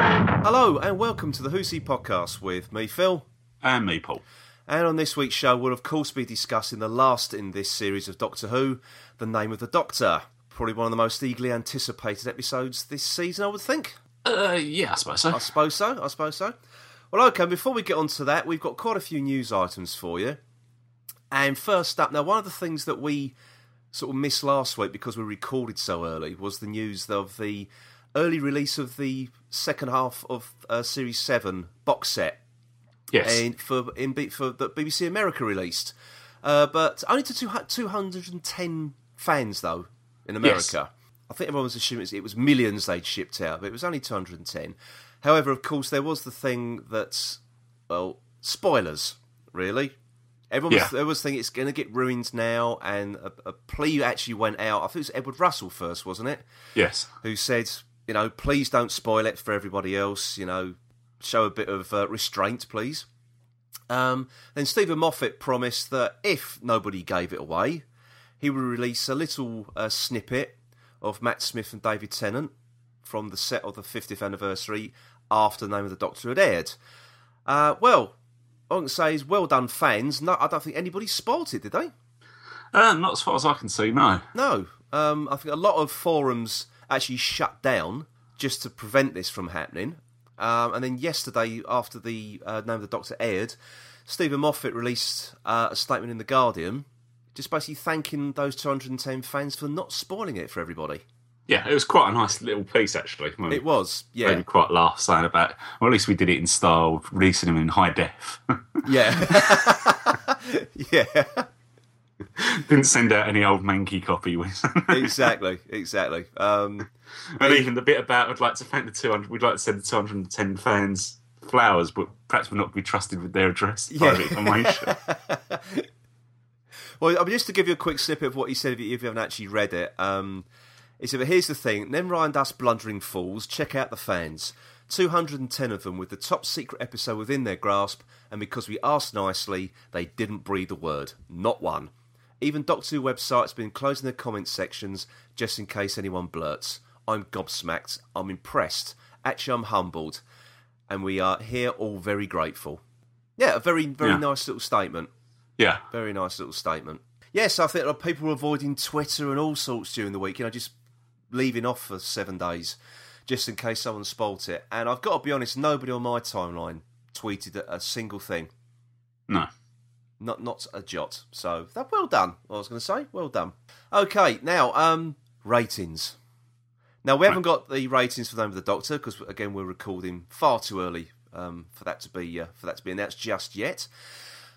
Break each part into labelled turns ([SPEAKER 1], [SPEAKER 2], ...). [SPEAKER 1] Hello and welcome to the Hoosie podcast with me, Phil.
[SPEAKER 2] And me, Paul.
[SPEAKER 1] And on this week's show, we'll of course be discussing the last in this series of Doctor Who, The Name of the Doctor. Probably one of the most eagerly anticipated episodes this season, I would think.
[SPEAKER 2] Uh, yeah, I suppose so.
[SPEAKER 1] I suppose so, I suppose so. Well, okay, before we get on to that, we've got quite a few news items for you. And first up, now, one of the things that we sort of missed last week because we recorded so early was the news of the early release of the second half of uh, Series 7 box set
[SPEAKER 2] yes.
[SPEAKER 1] in, for in B- for that BBC America released, uh, but only to two, two hundred and ten fans though in America. I think everyone was assuming it was millions they'd shipped out, but it was only two hundred and ten. However, of course, there was the thing that well, spoilers really. Everyone was,
[SPEAKER 2] Yeah.
[SPEAKER 1] everyone was thinking it's going to get ruined now, and a, a plea actually went out. I think it was Edward Russell first, wasn't it?
[SPEAKER 2] yes.
[SPEAKER 1] who said, you know, please don't spoil it for everybody else. You know, show a bit of uh, restraint, please. Um, then Stephen Moffat promised that if nobody gave it away, he would release a little uh, snippet of Matt Smith and David Tennant from the set of the 50th anniversary after Name of the Doctor had aired. Uh, well, all I can say is well done, fans. No, I don't think anybody spoilt it, did they?
[SPEAKER 2] Uh, not as far as I can see, no.
[SPEAKER 1] No, um, I think a lot of forums actually shut down just to prevent this from happening. Um, and then yesterday, after the uh, Name of the Doctor aired, Stephen Moffat released uh, a statement in the Guardian, just basically thanking those 210 fans for not spoiling it for everybody.
[SPEAKER 2] Yeah, it was quite a nice little piece, actually. Made me-
[SPEAKER 1] It was,
[SPEAKER 2] Made
[SPEAKER 1] yeah,
[SPEAKER 2] me quite laugh saying about, well, at least we did it in style, releasing them in high def.
[SPEAKER 1] yeah, yeah.
[SPEAKER 2] Didn't send out any old manky copy. with-
[SPEAKER 1] Exactly, exactly. Um,
[SPEAKER 2] and even the bit about, I'd like to thank the 200, we'd like to send the 210 fans flowers, but perhaps we're not be trusted with their address.
[SPEAKER 1] Yeah.
[SPEAKER 2] private information.
[SPEAKER 1] Well, I mean, just to give you a quick snippet of what he said, if you, if you haven't actually read it, um, he said, but here's the thing. Then Ryan Das blundering fools, check out the fans. 210 of them with the top secret episode within their grasp, and because we asked nicely, they didn't breathe a word. Not one. Even Doctor Who website's been closing their comment sections just in case anyone blurts. I'm gobsmacked. I'm impressed. Actually, I'm humbled. And we are here all very grateful. Yeah, a very, very
[SPEAKER 2] Yeah.
[SPEAKER 1] nice little statement.
[SPEAKER 2] yeah.
[SPEAKER 1] Very nice little statement. Yes, I think a lot of people were avoiding Twitter and all sorts during the week, you know, just leaving off for seven days just in case someone spoilt it. And I've got to be honest, nobody on my timeline tweeted a- a single thing.
[SPEAKER 2] No.
[SPEAKER 1] Not not a jot. So that well done, I was gonna say. Well done. Okay, now um ratings. Now we haven't got the ratings for the name of the doctor because again we're recording far too early um, for that to be uh, for that to be announced just yet.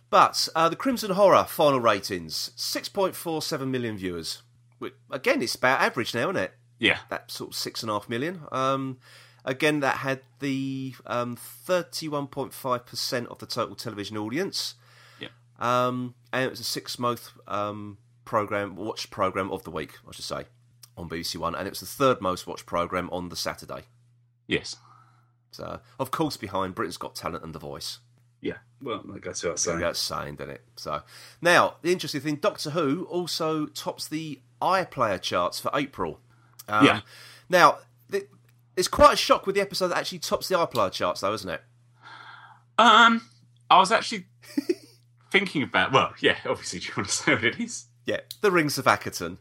[SPEAKER 1] But uh, the Crimson Horror final ratings: six point four seven million viewers. Which, again, it's about average now, isn't it?
[SPEAKER 2] Yeah.
[SPEAKER 1] That sort of six and a half million. Um, again, that had the um thirty-one point five percent of the total television audience.
[SPEAKER 2] Yeah.
[SPEAKER 1] Um, and it was a six-month um program, watched program of the week, I should say, on BBC One, and it was the third most watched program on the Saturday.
[SPEAKER 2] Yes.
[SPEAKER 1] So, of course, behind Britain's Got Talent and The Voice.
[SPEAKER 2] Yeah. Well, that goes without
[SPEAKER 1] Gotta be That's saying, doesn't it? So, now the interesting thing: Doctor Who also tops the iPlayer charts for April. Um,
[SPEAKER 2] Yeah.
[SPEAKER 1] Now, th- it's quite a shock with the episode that actually tops the iPlayer charts, though, isn't it?
[SPEAKER 2] Um, I was actually thinking about. Well, yeah, obviously, do you want to say what it is?
[SPEAKER 1] Yeah, The Rings of Ackerton.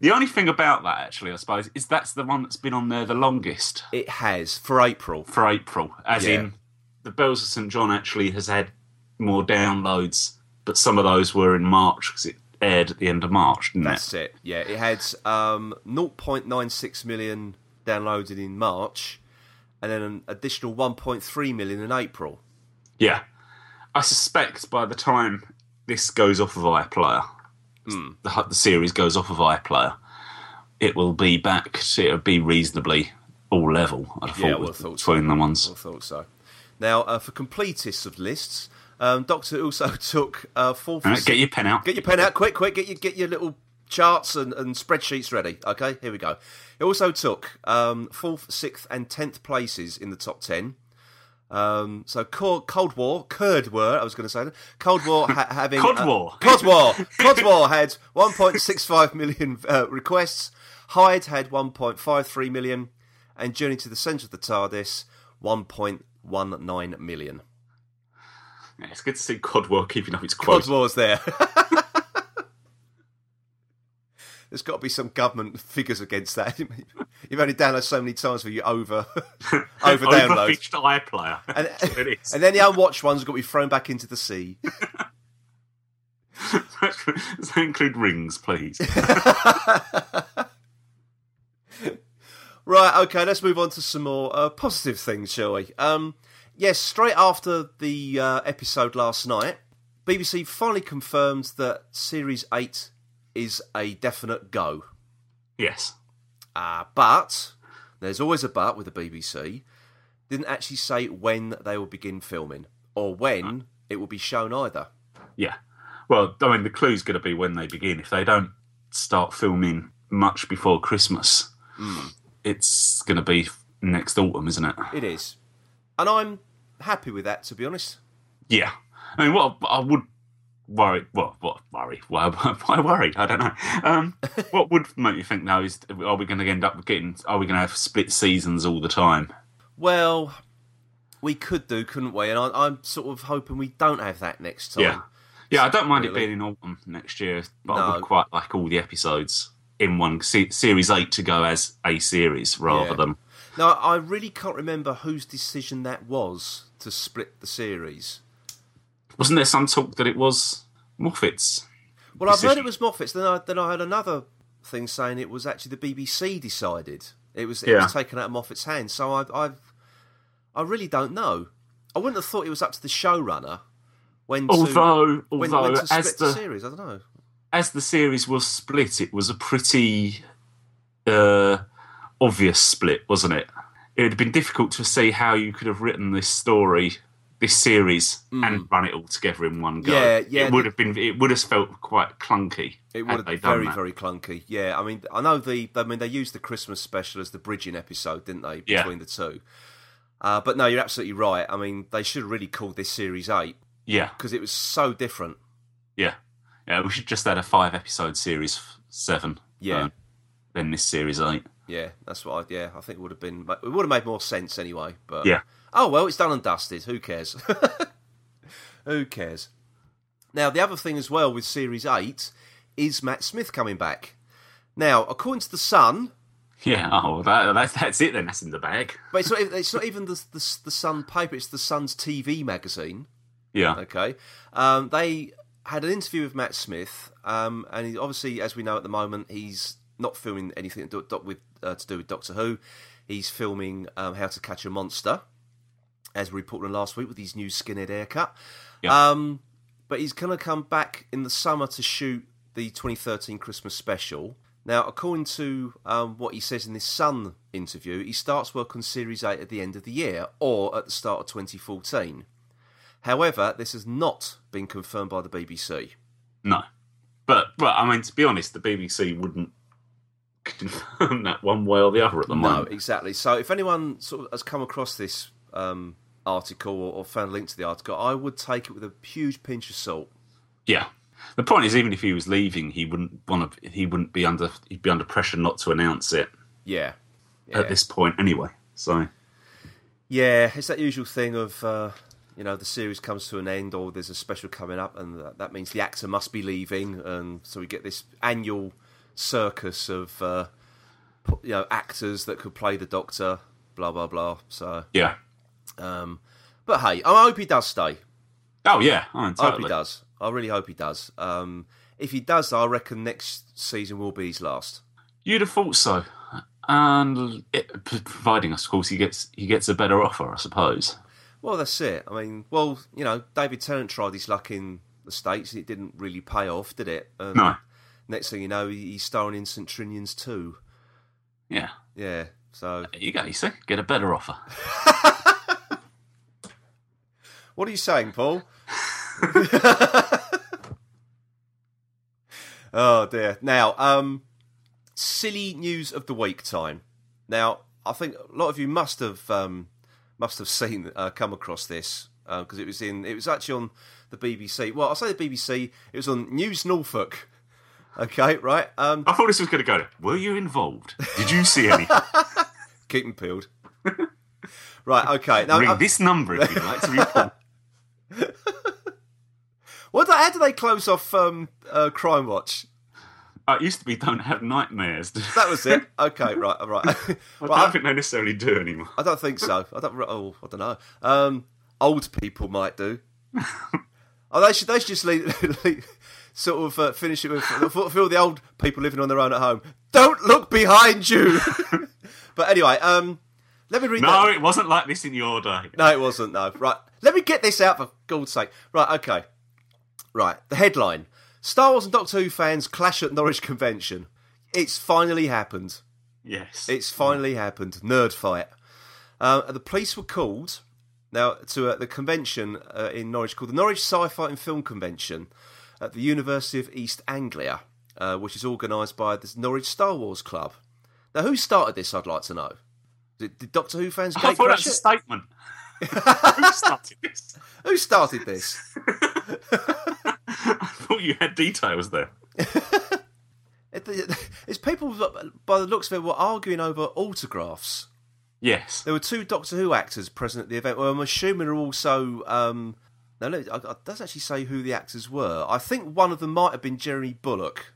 [SPEAKER 2] The only thing about that, actually, I suppose, is that's the one that's been on there the longest
[SPEAKER 1] It has for April.
[SPEAKER 2] for April. As
[SPEAKER 1] Yeah.
[SPEAKER 2] in, the Bells of St John actually has had more downloads, but some of those were in March because it aired at the end of March, didn't
[SPEAKER 1] That's it. Yeah, it had um, 0.96 million downloaded in March, and then an additional 1.3 million in April.
[SPEAKER 2] it? Yeah. I suspect by the time this goes off of iPlayer,
[SPEAKER 1] Hmm.
[SPEAKER 2] the, hu- the series goes off of iPlayer, it will be back. to- It'll be reasonably all level. I'd have
[SPEAKER 1] Yeah, I
[SPEAKER 2] thought,
[SPEAKER 1] would
[SPEAKER 2] with-
[SPEAKER 1] have thought so.
[SPEAKER 2] between the ones.
[SPEAKER 1] I thought so. Now, uh, for completists of lists, um, Doctor also took uh, four.
[SPEAKER 2] All right, get your pen out.
[SPEAKER 1] Get your pen out quick, quick. Get your get your little charts and, and spreadsheets ready. Okay, here we go. It also took um, fourth, sixth, and tenth places in the top ten. Um, so Co- Cold War, Curd War. I was going to say that. Cold War ha- having
[SPEAKER 2] Cod
[SPEAKER 1] uh,
[SPEAKER 2] War.
[SPEAKER 1] Cod War, Cod War had 1.65 million uh, requests. Hyde had 1.53 million, and Journey to the Centre of the TARDIS 1.19 million.
[SPEAKER 2] Yeah, it's good to see Cod War keeping up its
[SPEAKER 1] Cod
[SPEAKER 2] quotas.
[SPEAKER 1] War's there. There's got to be some government figures against that. You've only downloaded so many times for you over over download.
[SPEAKER 2] Overfished iPlayer.
[SPEAKER 1] And,
[SPEAKER 2] That's what it is.
[SPEAKER 1] and then the unwatched ones got to be thrown back into the sea.
[SPEAKER 2] Does that include rings, please?
[SPEAKER 1] Right, okay, let's move on to some more uh, positive things, shall we? Um, yes, straight after the uh, episode last night, BBC finally confirmed that Series 8 is a definite go.
[SPEAKER 2] yes.
[SPEAKER 1] Uh, but, there's always a but with the BBC, didn't actually say when they will begin filming or when it will be shown either.
[SPEAKER 2] Yeah. Well, I mean, the clue's going to be when they begin. If they don't start filming much before Christmas,
[SPEAKER 1] Hmm.
[SPEAKER 2] it's going to be next autumn, isn't it?
[SPEAKER 1] It is. And I'm happy with that, to be honest.
[SPEAKER 2] Yeah. I mean, what I would worry, well, what worry? Why, why worry? I don't know. Um, what would make me think now is, are we going to end up getting? Are we going to have split seasons all the time?
[SPEAKER 1] Well, we could do, couldn't we? And I, I'm sort of hoping we don't have that next time.
[SPEAKER 2] Yeah. Yeah, I don't mind
[SPEAKER 1] Oh. Really?
[SPEAKER 2] it being in autumn next year, but
[SPEAKER 1] No.
[SPEAKER 2] I would quite like all the episodes in one se- series eight to go as a series rather
[SPEAKER 1] Yeah.
[SPEAKER 2] than
[SPEAKER 1] Now, I really can't remember whose decision that was to split the series.
[SPEAKER 2] wasn't there some talk that it was Moffat's?
[SPEAKER 1] Well, I've heard
[SPEAKER 2] Decision.
[SPEAKER 1] it was Moffat's. Then I then I heard another thing saying it was actually the BBC decided it was it
[SPEAKER 2] Yeah.
[SPEAKER 1] was taken out of Moffat's hands. So I I I really don't know. I wouldn't have thought it was up to the showrunner when to,
[SPEAKER 2] Although,
[SPEAKER 1] when,
[SPEAKER 2] although
[SPEAKER 1] when to split
[SPEAKER 2] as
[SPEAKER 1] the
[SPEAKER 2] the
[SPEAKER 1] series. I don't know.
[SPEAKER 2] as the series was split, it was a pretty uh, obvious split, wasn't it? It would have been difficult to see how you could have written this story, this series, and run it all together in one
[SPEAKER 1] Mm.
[SPEAKER 2] go.
[SPEAKER 1] Yeah, yeah,
[SPEAKER 2] It would
[SPEAKER 1] the-
[SPEAKER 2] have been. It would have felt quite clunky.
[SPEAKER 1] It
[SPEAKER 2] had
[SPEAKER 1] would
[SPEAKER 2] they
[SPEAKER 1] have
[SPEAKER 2] done
[SPEAKER 1] very
[SPEAKER 2] that.
[SPEAKER 1] very clunky. Yeah, I mean, I know the. I mean, they used the Christmas special as the bridging episode, didn't they?
[SPEAKER 2] Yeah.
[SPEAKER 1] Between the two. Uh, but no, you're absolutely right. I mean, they should have really called this series eight
[SPEAKER 2] Yeah,
[SPEAKER 1] because it was so different.
[SPEAKER 2] yeah, yeah. We should just add a five episode series f- seven.
[SPEAKER 1] Yeah.
[SPEAKER 2] um, then this series eight.
[SPEAKER 1] Yeah, that's what. I, yeah, I think it would have been. It would have made more sense anyway. But
[SPEAKER 2] Yeah.
[SPEAKER 1] Oh well, it's done and dusted. Who cares? Who cares? Now the other thing as well with series eight is Matt Smith coming back. Now, according to the Sun,
[SPEAKER 2] Yeah. Oh, well, that, that's that's it then. That's in the bag.
[SPEAKER 1] But it's not. even- It's not even the, the the Sun paper. It's the Sun's TV magazine.
[SPEAKER 2] Yeah.
[SPEAKER 1] Okay, um, they had an interview with Matt Smith, um, and he, obviously, as we know at the moment, he's not filming anything to do, doc- with, uh, to do with Doctor Who. He's filming um, How to Catch a Monster, as we reported on last week with his new skinhead haircut.
[SPEAKER 2] Yeah.
[SPEAKER 1] Um, but he's going to come back in the summer to shoot the 2013 Christmas special. Now, according to um, what he says in this Sun interview, he starts work on Series 8 at the end of the year or at the start of 2014. However, this has not been confirmed by the BBC.
[SPEAKER 2] No. But but I mean to be honest, the BBC wouldn't confirm that one way or the other at the
[SPEAKER 1] No,
[SPEAKER 2] moment.
[SPEAKER 1] exactly. So, if anyone sort of has come across this um, article or, or found a link to the article, I would take it with a huge pinch of salt.
[SPEAKER 2] Yeah. The point is even if he was leaving he wouldn't want to he wouldn't be under he'd be under pressure not to announce it
[SPEAKER 1] Yeah,
[SPEAKER 2] at this point anyway. So
[SPEAKER 1] yeah. It's that usual thing of uh, you know the series comes to an end or there's a special coming up, and that, that means the actor must be leaving, and so we get this annual circus of uh, pu- you know actors that could play the Doctor, blah blah blah. So,
[SPEAKER 2] yeah.
[SPEAKER 1] um, but hey, I hope he does stay.
[SPEAKER 2] Oh yeah, I mean,
[SPEAKER 1] I hope he
[SPEAKER 2] totally.
[SPEAKER 1] does. I really hope he does. Um, if he does, I reckon next season will be his last.
[SPEAKER 2] You'd have thought so. And it, providing of course he gets he gets a better offer, I suppose.
[SPEAKER 1] Well, that's it. I mean, well, you know, David Tennant tried his luck in the States. It didn't really pay off, did it? And
[SPEAKER 2] No.
[SPEAKER 1] Next thing you know, he- he's starring in St. Trinian's 2.
[SPEAKER 2] Yeah.
[SPEAKER 1] Yeah. So,
[SPEAKER 2] There you go, you see? Get a better offer.
[SPEAKER 1] what are you saying, Paul? oh, dear. Now, um, silly news of the week time. Now, I think a lot of you must have um, must have seen uh, come across this because it was in it was actually on the BBC. Well, I say the BBC. It was on News Norfolk. Okay, right. Um,
[SPEAKER 2] I thought this was gonna go. Were you involved? Did you see any?
[SPEAKER 1] keep them peeled. Right, okay. Now,
[SPEAKER 2] Ring
[SPEAKER 1] uh,
[SPEAKER 2] this number if you'd like to report.
[SPEAKER 1] what? do- How do they close off um, uh, Crime Watch?
[SPEAKER 2] Uh, it used to be don't have nightmares.
[SPEAKER 1] That was it. Okay, right, all right. right
[SPEAKER 2] I
[SPEAKER 1] I-
[SPEAKER 2] don't think they necessarily do anymore.
[SPEAKER 1] I don't think so. I don't. Oh, I don't know. Um, old people might do. oh, they should. They should just leave, leave, sort of uh, finish it with for, for all the old people living on their own at home. Don't look behind you. but anyway, um, let me read.
[SPEAKER 2] No,
[SPEAKER 1] that.
[SPEAKER 2] it wasn't like this in your day.
[SPEAKER 1] No, it wasn't. No, right. Let me get this out for God's sake. Right. Okay. Right. The headline: Star Wars and Doctor Who fans clash at Norwich Convention. It's finally happened.
[SPEAKER 2] Yes.
[SPEAKER 1] It's finally happened. Nerd fight. Uh, the police were called now to uh, the convention uh, in Norwich called the Norwich Sci-Fi and Film Convention at the University of East Anglia, uh, which is organised by the Norwich Star Wars Club. Now, who started this? I'd like to know. Did, did Doctor Who fans
[SPEAKER 2] I thought
[SPEAKER 1] gatecrash
[SPEAKER 2] that's a
[SPEAKER 1] it?
[SPEAKER 2] statement. Who started this?
[SPEAKER 1] Who started this?
[SPEAKER 2] I thought you had details there.
[SPEAKER 1] It- it- It's people, that- by the looks of it, were arguing over autographs.
[SPEAKER 2] Yes.
[SPEAKER 1] There were two Doctor Who actors present at the event. Well, I'm assuming are also. Um, no, no, I- I- it doesn't actually say who the actors were. I think one of them might have been Jeremy Bullock.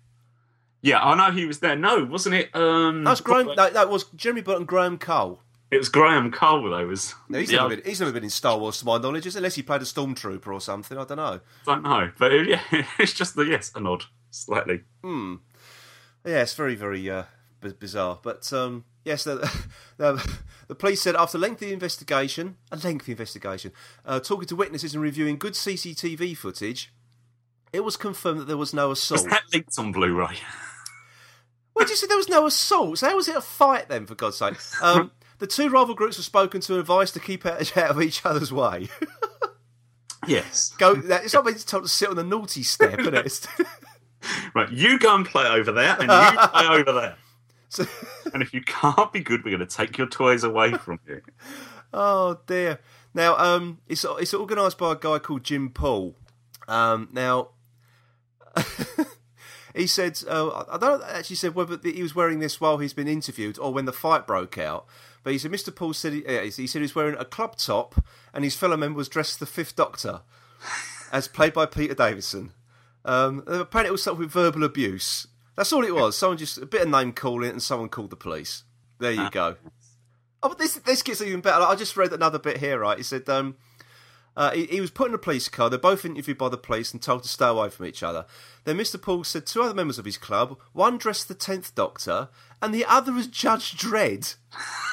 [SPEAKER 2] Yeah, I know he was there. No, wasn't it? Um,
[SPEAKER 1] That's Graham. No, that was Jeremy Bullock and Graham Cole.
[SPEAKER 2] It was Graham Cole. though. was.
[SPEAKER 1] No, he's,
[SPEAKER 2] yeah,
[SPEAKER 1] never been, he's never been in Star Wars, to my knowledge, is- unless he played a stormtrooper or something. I don't know.
[SPEAKER 2] I don't know, but it- yeah, it's just the yes, a nod slightly.
[SPEAKER 1] Yeah, it's very, very uh, b- bizarre. But um, yes, the, the, the police said after lengthy investigation, a lengthy investigation, uh, talking to witnesses and reviewing good CCTV footage, it was confirmed that there was no
[SPEAKER 2] Was
[SPEAKER 1] assault.
[SPEAKER 2] that leaked on Blu-ray?
[SPEAKER 1] Well, you said there was no assault. So how was it a fight then? For God's sake, um, the two rival groups were spoken to and advised to keep out out of each other's way.
[SPEAKER 2] yes.
[SPEAKER 1] Go. that- It's not being told to sit on the naughty step, is it?
[SPEAKER 2] Right, you go and play over there, and you play over there.
[SPEAKER 1] So-
[SPEAKER 2] And if you can't be good, we're going to take your toys away from you.
[SPEAKER 1] Oh dear. Now, um, it's it's organised by a guy called Jim Paul. Um, now, he said, uh, I- I don't actually said whether that he was wearing this while he's been interviewed or when the fight broke out. But he said Mr. Paul said he, uh, he said he was wearing a club top and his fellow member was dressed as the Fifth Doctor, as played by Peter Davison. Um, and apparently, it was something with verbal abuse. That's all it was. Someone just a bit of name calling, and someone called the police. There you go. Oh, but this this gets even better. I just read another bit here. Right, he said um, uh, he, he was put in a police car. They're both interviewed by the police and told to stay away from each other. Then Mr. Paul said two other members of his club, one dressed the tenth Doctor and the other as Judge Dredd,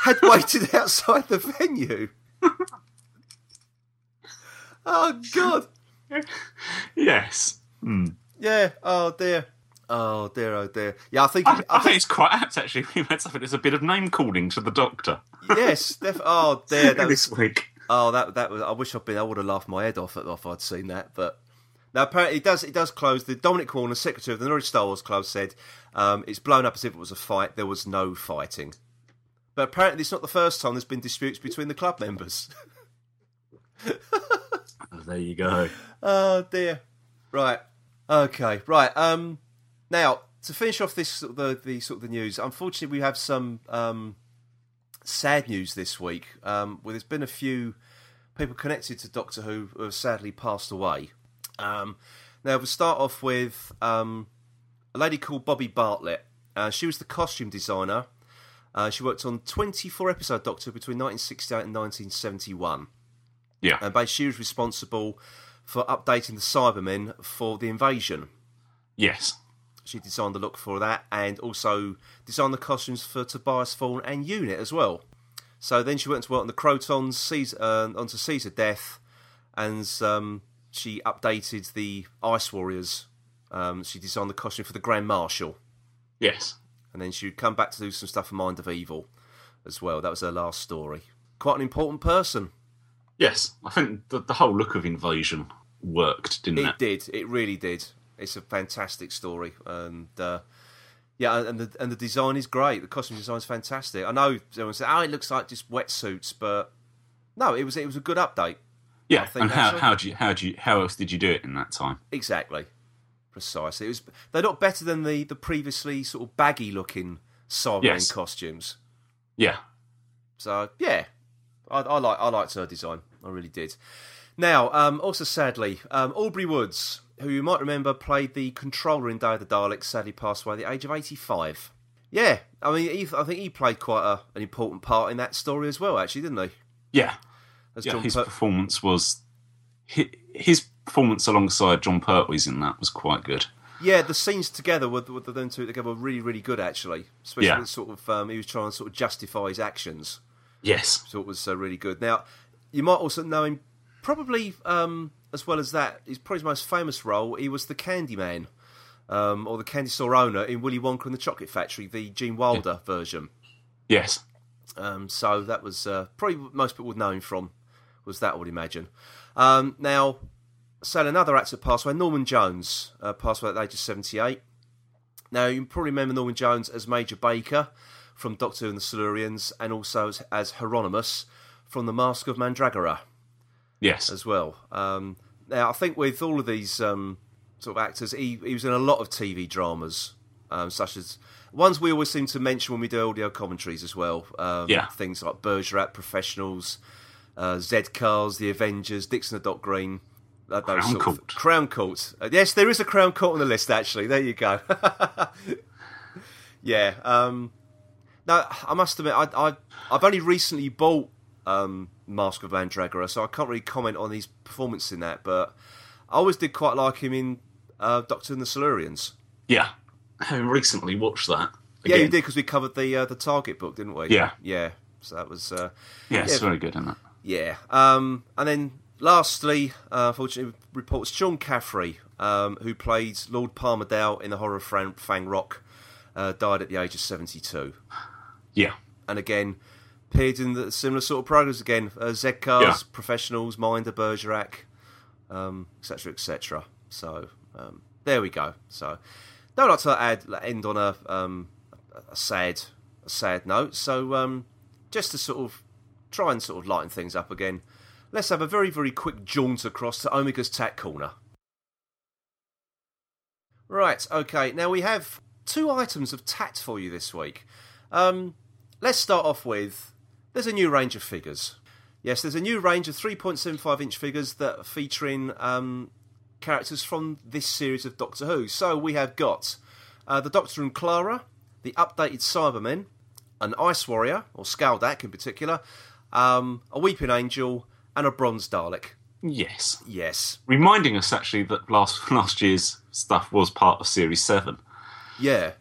[SPEAKER 1] had waited outside the venue. oh God.
[SPEAKER 2] Yes.
[SPEAKER 1] Yeah. Oh dear. Oh dear. Oh dear. Yeah, I think.
[SPEAKER 2] I, I think it's quite apt, actually. We've had something. There's a bit of name calling to the doctor
[SPEAKER 1] yes. Def- oh dear. That was
[SPEAKER 2] this week.
[SPEAKER 1] Oh, that that was. I wish I'd been. I would have laughed my head off if I'd seen that. But now apparently it does. It does close. The Dominic Warner, secretary of the Norwich Star Wars Club, said um, it's blown up as if it was a fight. There was no fighting. But apparently it's not the first time there's been disputes between the club members.
[SPEAKER 2] Oh, there you go.
[SPEAKER 1] oh dear. Right. Okay. Right. Um. Now to finish off this sort of the the sort of the news. Unfortunately, we have some um sad news this week. Um. Where there's been a few people connected to Doctor Who who have sadly passed away. Um. Now we'll start off with um a lady called Bobby Bartlett. Uh, she was the costume designer. Uh, she worked on 24 episode Doctor between 1968 and 1971
[SPEAKER 2] Yeah.
[SPEAKER 1] and basically she was responsible for updating the Cybermen for the invasion.
[SPEAKER 2] yes.
[SPEAKER 1] She designed the look for that and also designed the costumes for Tobias Fawn and Unit as well. So then she went to work on the Crotons, Caesar, uh, onto Caesar Death, and um, she updated the Ice Warriors. Um, she designed the costume for the Grand Marshal,
[SPEAKER 2] Yes.
[SPEAKER 1] and then she would come back to do some stuff for Mind of Evil as well. That was her last story. Quite an important person.
[SPEAKER 2] Yes. I think the, the whole look of invasion worked, didn't it?
[SPEAKER 1] It did. It really did. It's a fantastic story, and uh, yeah, and the and the design is great. The costume design's fantastic. I know everyone said, "Oh, it looks like just wetsuits," but no, it was it was a good update.
[SPEAKER 2] Yeah.
[SPEAKER 1] think
[SPEAKER 2] And how,
[SPEAKER 1] so.
[SPEAKER 2] how do you how do you how else did you do it in that time?
[SPEAKER 1] Exactly, precisely. It was. They're not better than the the previously sort of baggy looking Cybermen
[SPEAKER 2] Yes.
[SPEAKER 1] costumes.
[SPEAKER 2] Yeah.
[SPEAKER 1] So yeah, I, I like I liked her design. I really did. Now, um, also sadly, um, Aubrey Woods, who you might remember played the controller in Day of the Daleks, sadly passed away at the age of 85. Yeah, I mean, he, I think he played quite a, an important part in that story as well, actually, didn't he?
[SPEAKER 2] Yeah,
[SPEAKER 1] As
[SPEAKER 2] yeah.
[SPEAKER 1] John
[SPEAKER 2] his
[SPEAKER 1] Pert-
[SPEAKER 2] performance was his, his performance alongside John Pertwee's in that was quite good.
[SPEAKER 1] Yeah, the scenes together with, with them two together were really, really good, actually. Especially
[SPEAKER 2] Yeah.
[SPEAKER 1] when sort of um, he was trying to sort of justify his actions,
[SPEAKER 2] Yes.
[SPEAKER 1] so it was uh, really good. Now, you might also know him probably um, as well as that. His probably his most famous role. He was the Candy Man, um, or the candy store owner in Willy Wonka and the Chocolate Factory, the Gene Wilder version.
[SPEAKER 2] Yes.
[SPEAKER 1] Um, so that was uh, probably what most people would know him from was that, I would imagine. Um, now, so another actor passed away. Norman Jones uh, passed away at the age of 78. Now, you probably remember Norman Jones as Major Baker from Doctor Who and the Silurians and also as, as Hieronymus from The Mask of Mandragora
[SPEAKER 2] Yes.
[SPEAKER 1] as well. Um, now, I think with all of these um, sort of actors, he, he was in a lot of TV dramas, um, such as ones we always seem to mention when we do audio commentaries as well. Um,
[SPEAKER 2] Yeah.
[SPEAKER 1] Things like Bergerac, Professionals, uh, Z Cars, The Avengers, Dixon the Dot Green. uh, those
[SPEAKER 2] Crown
[SPEAKER 1] sort of-
[SPEAKER 2] Court.
[SPEAKER 1] Crown Court. Uh, yes, there is a Crown Court on the list, actually. There you go. yeah. Um, no, I must admit, I, I, I've only recently bought um, Mask of Mandragora, so I can't really comment on his performance in that. But I always did quite like him in uh, Doctor and the Silurians.
[SPEAKER 2] Yeah. Having recently watched that.
[SPEAKER 1] Yeah,
[SPEAKER 2] Again.
[SPEAKER 1] you did because we covered the uh, the Target book, didn't we?
[SPEAKER 2] Yeah.
[SPEAKER 1] yeah. So that was uh,
[SPEAKER 2] Yeah, it's
[SPEAKER 1] Yeah.
[SPEAKER 2] very good in that.
[SPEAKER 1] yeah. Um, and then lastly, uh, fortunately, reports John Caffrey, um, who played Lord Palmerdale in the horror Fran- Fang Rock, uh, died at the age of seventy two.
[SPEAKER 2] Yeah.
[SPEAKER 1] and again appeared in the similar sort of programs again uh, Z cars
[SPEAKER 2] Yeah.
[SPEAKER 1] professionals minder bergerac um etc etc so um there we go so don't like to add end on a um a sad a sad note so um just to sort of try and sort of lighten things up again let's have a very very quick jaunt across to omega's tat corner Right, okay. Now we have two items of tat for you this week. Um, let's start off with there's a new range of figures. Yes, there's a new range of 3.75 inch figures that are featuring um, characters from this series of Doctor Who. So we have got uh, the Doctor and Clara, the updated Cybermen, an Ice Warrior, or Skaldak in particular, um, a Weeping Angel, and a Bronze Dalek.
[SPEAKER 2] Yes.
[SPEAKER 1] Yes.
[SPEAKER 2] Reminding us actually that last last year's stuff was part of series seven.
[SPEAKER 1] Yeah.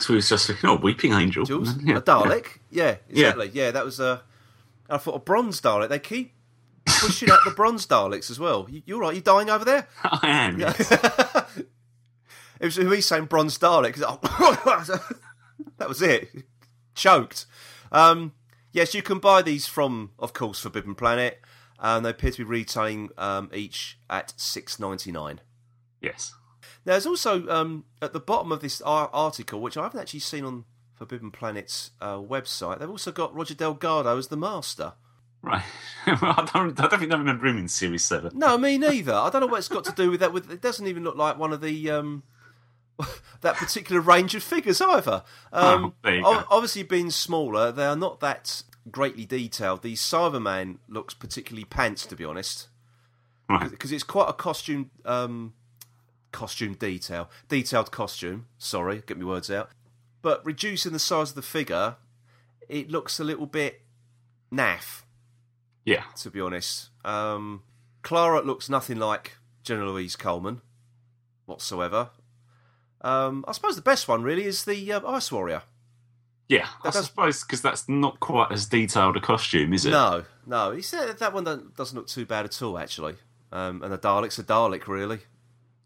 [SPEAKER 2] So we was just thinking, oh, Weeping Angel.
[SPEAKER 1] Jules?
[SPEAKER 2] Mm, Yeah.
[SPEAKER 1] A Dalek? Yeah,
[SPEAKER 2] Yeah.
[SPEAKER 1] exactly. Yeah. that was a. I thought a bronze Dalek. They keep pushing out the bronze Daleks as well. You, you're right. You dying over there?
[SPEAKER 2] I am. yes.
[SPEAKER 1] It was me saying bronze Dalek. 'cause I- that was it. Choked. Um, yes, you can buy these from, of course, Forbidden Planet, and they appear to be retailing um, each at six ninety nine.
[SPEAKER 2] Yes.
[SPEAKER 1] Now, there's also um, at the bottom of this ar- article, which I haven't actually seen on Forbidden Planet's uh, website, they've also got Roger Delgado as the Master.
[SPEAKER 2] Right. well, I don't, I don't think I remember him in series seven.
[SPEAKER 1] No, me neither. I don't know what it's got to do with that. With it doesn't even look like one of the um, that particular range of figures either. Um,
[SPEAKER 2] Oh, there you
[SPEAKER 1] ob-
[SPEAKER 2] go.
[SPEAKER 1] Obviously, being smaller, they are not that greatly detailed. The Cyberman looks particularly pants, to be honest,
[SPEAKER 2] Right.
[SPEAKER 1] because it's quite a costume um, costume detail, detailed costume. Sorry, get my words out. But reducing the size of the figure, it looks a little bit naff
[SPEAKER 2] Yeah.
[SPEAKER 1] to be honest. Um, Clara looks nothing like General Louise Coleman whatsoever. Um, I suppose the best one really is the uh, Ice Warrior.
[SPEAKER 2] Yeah. I
[SPEAKER 1] That does-
[SPEAKER 2] suppose because that's not quite as detailed a costume, is it?
[SPEAKER 1] No, no, he said that, that one don't- doesn't look too bad at all actually. Um, and the Dalek's a Dalek really.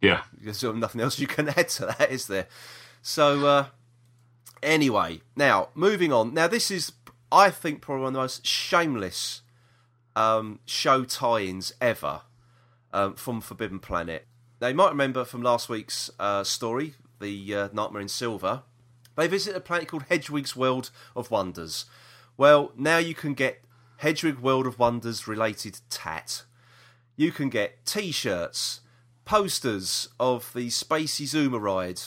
[SPEAKER 2] Yeah.
[SPEAKER 1] There's sort of nothing else you can add to that, is there? So uh, anyway, now moving on. Now this is, I think, probably one of the most shameless um, show tie-ins ever um, from Forbidden Planet. Now you might remember from last week's uh, story, the uh, Nightmare in Silver. They visit a planet called Hedwig's World of Wonders. Well, now you can get Hedwig World of Wonders related tat you can get t-shirts, posters of the Spacey Zoomer ride,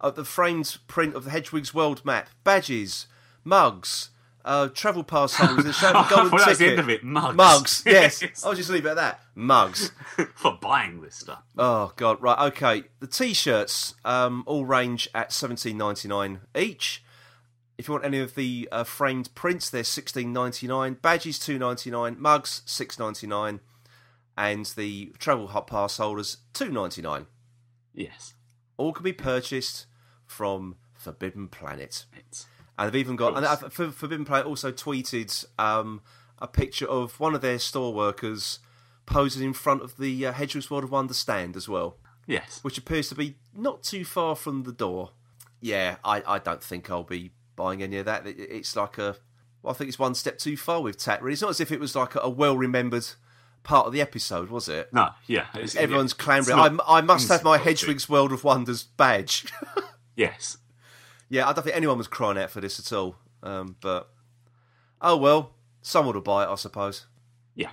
[SPEAKER 1] of the framed print of the Hedwig's World map, badges, mugs, uh, travel pass holders and showing a
[SPEAKER 2] Oh,
[SPEAKER 1] golden ticket.
[SPEAKER 2] well, that's the end of it. Mugs.
[SPEAKER 1] Mugs, yes. I'll just leave it at that. Mugs.
[SPEAKER 2] for buying this stuff.
[SPEAKER 1] Oh god, right, okay. The t-shirts um, all range at seventeen ninety nine each. If you want any of the uh, framed prints, they're sixteen ninety nine. Badges two ninety nine. Mugs six ninety nine, and the travel hot pass holders two ninety nine.
[SPEAKER 2] Yes.
[SPEAKER 1] All can be purchased from Forbidden Planet,
[SPEAKER 2] It's,
[SPEAKER 1] and they've even got. And
[SPEAKER 2] course.
[SPEAKER 1] uh, For- Forbidden Planet also tweeted um, a picture of one of their store workers posing in front of the uh, Hedgehogs World of Wonder stand as well
[SPEAKER 2] yes.
[SPEAKER 1] which appears to be not too far from the door. Yeah, I, I don't think I'll be buying any of that. It- It's like a, well, I think it's one step too far with Tat. Really, it's not as if it was like a, a well remembered part of the episode, was it?
[SPEAKER 2] No, yeah. It's,
[SPEAKER 1] Everyone's
[SPEAKER 2] yeah.
[SPEAKER 1] clamouring.
[SPEAKER 2] It's not-
[SPEAKER 1] I, I must have my
[SPEAKER 2] it's not true.
[SPEAKER 1] Hedwig's World of Wonders badge.
[SPEAKER 2] Yes.
[SPEAKER 1] yeah, I don't think anyone was crying out for this at all. Um, but oh well, someone will buy it, I suppose.
[SPEAKER 2] Yeah.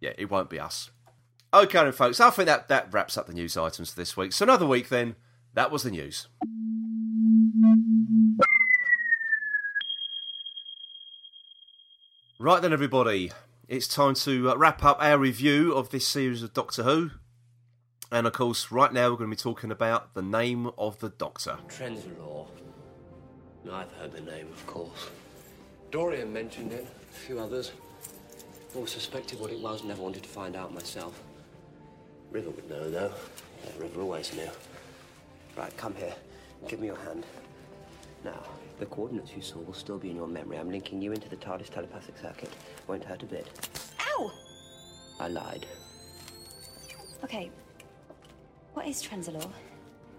[SPEAKER 1] Yeah, it won't be us. Okay, then, folks, I think that, that wraps up the news items for this week. So, another week then, that was the news. Right then, everybody, it's time to uh, wrap up our review of this series of Doctor Who. And of course, right now we're going to be talking about the name of the Doctor.
[SPEAKER 3] Trenzalore. Now, I've heard the name, of course. Dorian mentioned it, a few others. All suspected what it was, never wanted to find out myself. River would know, though. Yeah, River always knew. Right, come here. Give me your hand. Now, the coordinates you saw will still be in your memory. I'm linking you into the TARDIS telepathic circuit. Won't hurt a bit.
[SPEAKER 4] Ow!
[SPEAKER 3] I lied.
[SPEAKER 4] Okay. What is Trenzalore?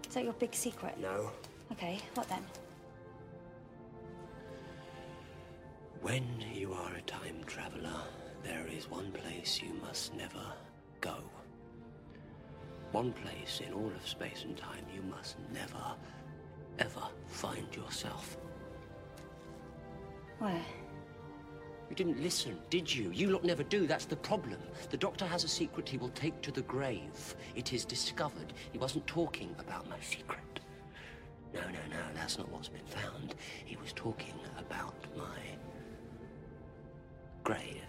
[SPEAKER 4] Is that your big secret?
[SPEAKER 3] No.
[SPEAKER 4] Okay, what then?
[SPEAKER 3] When you are a time traveler, there is one place you must never go. One place in all of space and time you must never, ever find yourself.
[SPEAKER 4] Where?
[SPEAKER 3] You didn't listen, did you? You lot never do. That's the problem. The doctor has a secret he will take to the grave. It is discovered. He wasn't talking about my secret. No, no, no. That's not what's been found. He was talking about my grave.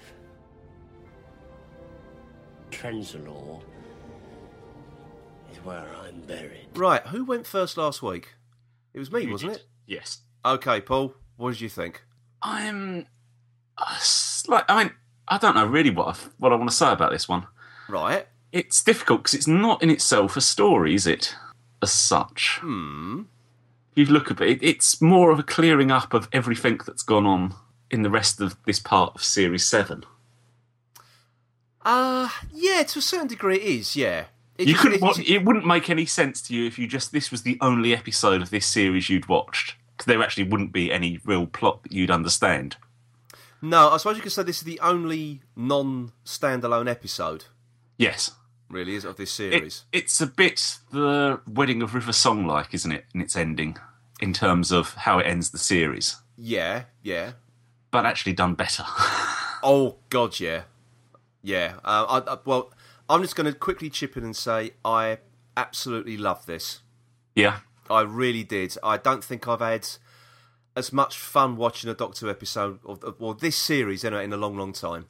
[SPEAKER 3] Trenzalore is where I'm buried.
[SPEAKER 1] Right, who went first last week? It was me, wasn't it?
[SPEAKER 2] Yes.
[SPEAKER 1] Okay, Paul, what did you think?
[SPEAKER 2] I'm uh, slight. I mean, I don't know really what I, what I want to say about this one.
[SPEAKER 1] Right.
[SPEAKER 2] It's difficult because it's not in itself a story, is it? As such, hmm. If you look at it, it's more of a clearing up of everything that's gone on in the rest of this part of series seven.
[SPEAKER 1] Uh yeah, to a certain degree it is, yeah. It
[SPEAKER 2] You
[SPEAKER 1] just-
[SPEAKER 2] couldn't.
[SPEAKER 1] it-
[SPEAKER 2] Watch, it wouldn't make any sense to you if you just this was the only episode of this series you'd watched. 'Cause there actually wouldn't be any real plot that you'd understand.
[SPEAKER 1] No, I suppose you could say this is the only non standalone episode,
[SPEAKER 2] Yes,
[SPEAKER 1] really, is of this
[SPEAKER 2] It-
[SPEAKER 1] series.
[SPEAKER 2] it's a bit the wedding of River Song like, isn't it? In its ending, in terms of how it ends the series,
[SPEAKER 1] yeah, yeah.
[SPEAKER 2] but actually done better.
[SPEAKER 1] Oh god, yeah, yeah. Uh, I, I, well, I'm just going to quickly chip in and say I absolutely love this.
[SPEAKER 2] yeah,
[SPEAKER 1] I really did. I don't think I've had as much fun watching a Doctor episode of, of well this series in a, in a long, long time.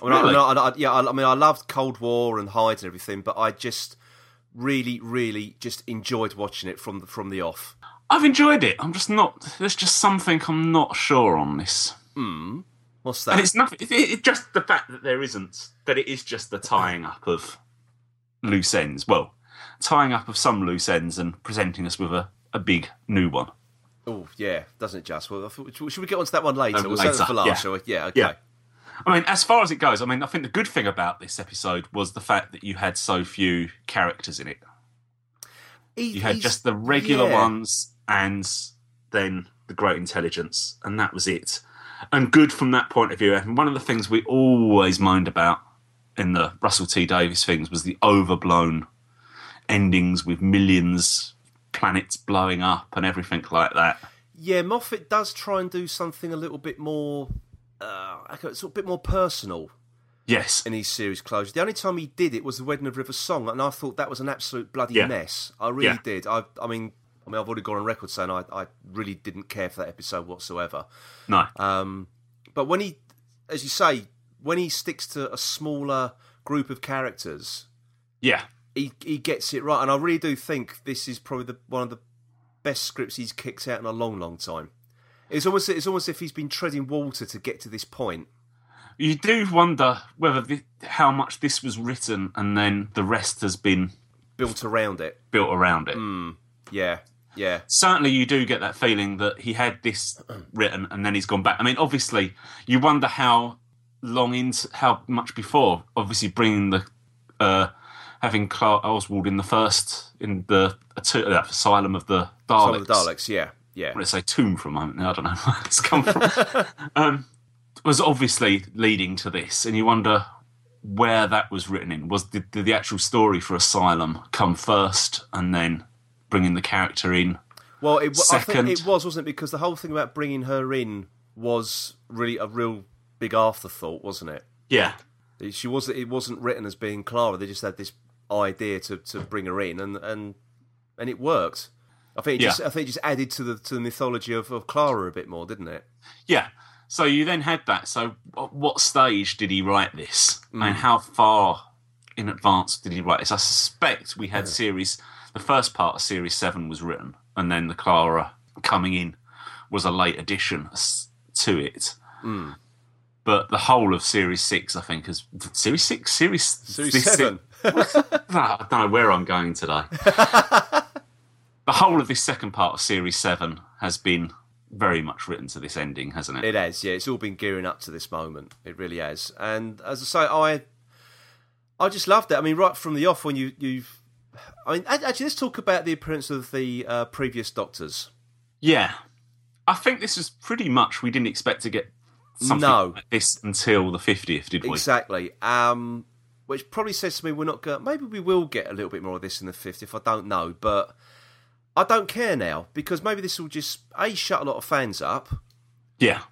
[SPEAKER 1] I mean, I-
[SPEAKER 2] Really?
[SPEAKER 1] I, I- yeah, I, I mean, I loved Cold War and Hyde and everything, but I just really, really just enjoyed watching it from the, from the off.
[SPEAKER 2] I've enjoyed it. I'm just not. There's just something I'm not sure on this,
[SPEAKER 1] What's
[SPEAKER 2] and
[SPEAKER 1] that?
[SPEAKER 2] it's nothing. It, it, just the fact that there isn't. That it is just the tying up of loose ends. Well, tying up of some loose ends and presenting us with a, a big new one.
[SPEAKER 1] Oh yeah, doesn't it just? Well, I thought- should we get onto that one later?
[SPEAKER 2] Um,
[SPEAKER 1] We'll save it
[SPEAKER 2] later,
[SPEAKER 1] for last,
[SPEAKER 2] yeah.
[SPEAKER 1] shall we? Yeah, okay.
[SPEAKER 2] Yeah. I mean, as far as it goes, I mean, I think the good thing about this episode was the fact that you had so few characters in it.
[SPEAKER 1] He-
[SPEAKER 2] You had
[SPEAKER 1] he's-
[SPEAKER 2] just the regular
[SPEAKER 1] yeah.
[SPEAKER 2] ones and then the great intelligence, and that was it. And good from that point of view. And one of the things we always moaned about in the Russell T Davis things was the overblown endings with millions, planets blowing up, and everything like that.
[SPEAKER 1] Yeah, Moffat does try and do something a little bit more, uh, I guess, sort of a bit more personal
[SPEAKER 2] Yes.
[SPEAKER 1] in his series closure. The only time he did it was the Wedding of River Song, and I thought that was an absolute bloody
[SPEAKER 2] Yeah.
[SPEAKER 1] mess. I really
[SPEAKER 2] Yeah.
[SPEAKER 1] did. I, I mean, I mean, I've already gone on record saying I, I really didn't care for that episode whatsoever.
[SPEAKER 2] No.
[SPEAKER 1] Um, But when he, as you say, when he sticks to a smaller group of characters,
[SPEAKER 2] Yeah.
[SPEAKER 1] he he gets it right, and I really do think this is probably the, one of the best scripts he's kicked out in a long, long time. It's almost it's almost as if he's been treading water to get to this point.
[SPEAKER 2] You do wonder whether the, how much this was written and then the rest has been
[SPEAKER 1] built around it.
[SPEAKER 2] built around it.
[SPEAKER 1] Yeah, yeah,
[SPEAKER 2] Certainly, you do get that feeling that he had this written and then he's gone back. I mean, obviously, you wonder how long into how much before. Obviously, bringing the uh, having Clark Oswald in the first in the atu- uh, asylum of the Daleks.
[SPEAKER 1] some of the Daleks. Yeah, yeah,
[SPEAKER 2] I want to say tomb for a moment. now, I don't know where it's come from. um, was obviously leading to this, and you wonder where that was written in. Was did, did the actual story for Asylum come first, and then bringing the character in?
[SPEAKER 1] Well, it, wa- I
[SPEAKER 2] Second.
[SPEAKER 1] think it was, wasn't it? Because the whole thing about bringing her in was really a real big afterthought, wasn't it?
[SPEAKER 2] Yeah,
[SPEAKER 1] It- She was. It wasn't written as being Clara. They just had this idea to, to bring her in, and and and it worked. I think it
[SPEAKER 2] Yeah.
[SPEAKER 1] just I think it just added to the to the mythology of, of Clara a bit more, didn't it?
[SPEAKER 2] yeah. So you then had that. So at what stage did he write this,
[SPEAKER 1] Mm.
[SPEAKER 2] and how far in advance did he write this? I suspect we had series. The first part of series seven was written, and then the Clara coming in was a late addition s- to it.
[SPEAKER 1] Mm.
[SPEAKER 2] But the whole of series six, I think, is series six, series
[SPEAKER 1] Series
[SPEAKER 2] this-
[SPEAKER 1] seven.
[SPEAKER 2] I don't know where I'm going today. the whole of this second part of series seven has been very much written to this ending, hasn't it?
[SPEAKER 1] It has, yeah. It's all been gearing up to this moment. It really has. And as I say, I I just loved it. I mean, right from the off, when you you've, I mean, act- actually, let's talk about the appearance of the uh, previous Doctors.
[SPEAKER 2] Yeah. I think this is pretty much we didn't expect to get something
[SPEAKER 1] No.
[SPEAKER 2] like this until the 50th, did we?
[SPEAKER 1] Exactly. Um, which probably says to me we're not going. Maybe we will get a little bit more of this in the fifth. If I don't know, but I don't care now because maybe this will just a shut a lot of fans up.
[SPEAKER 2] Yeah.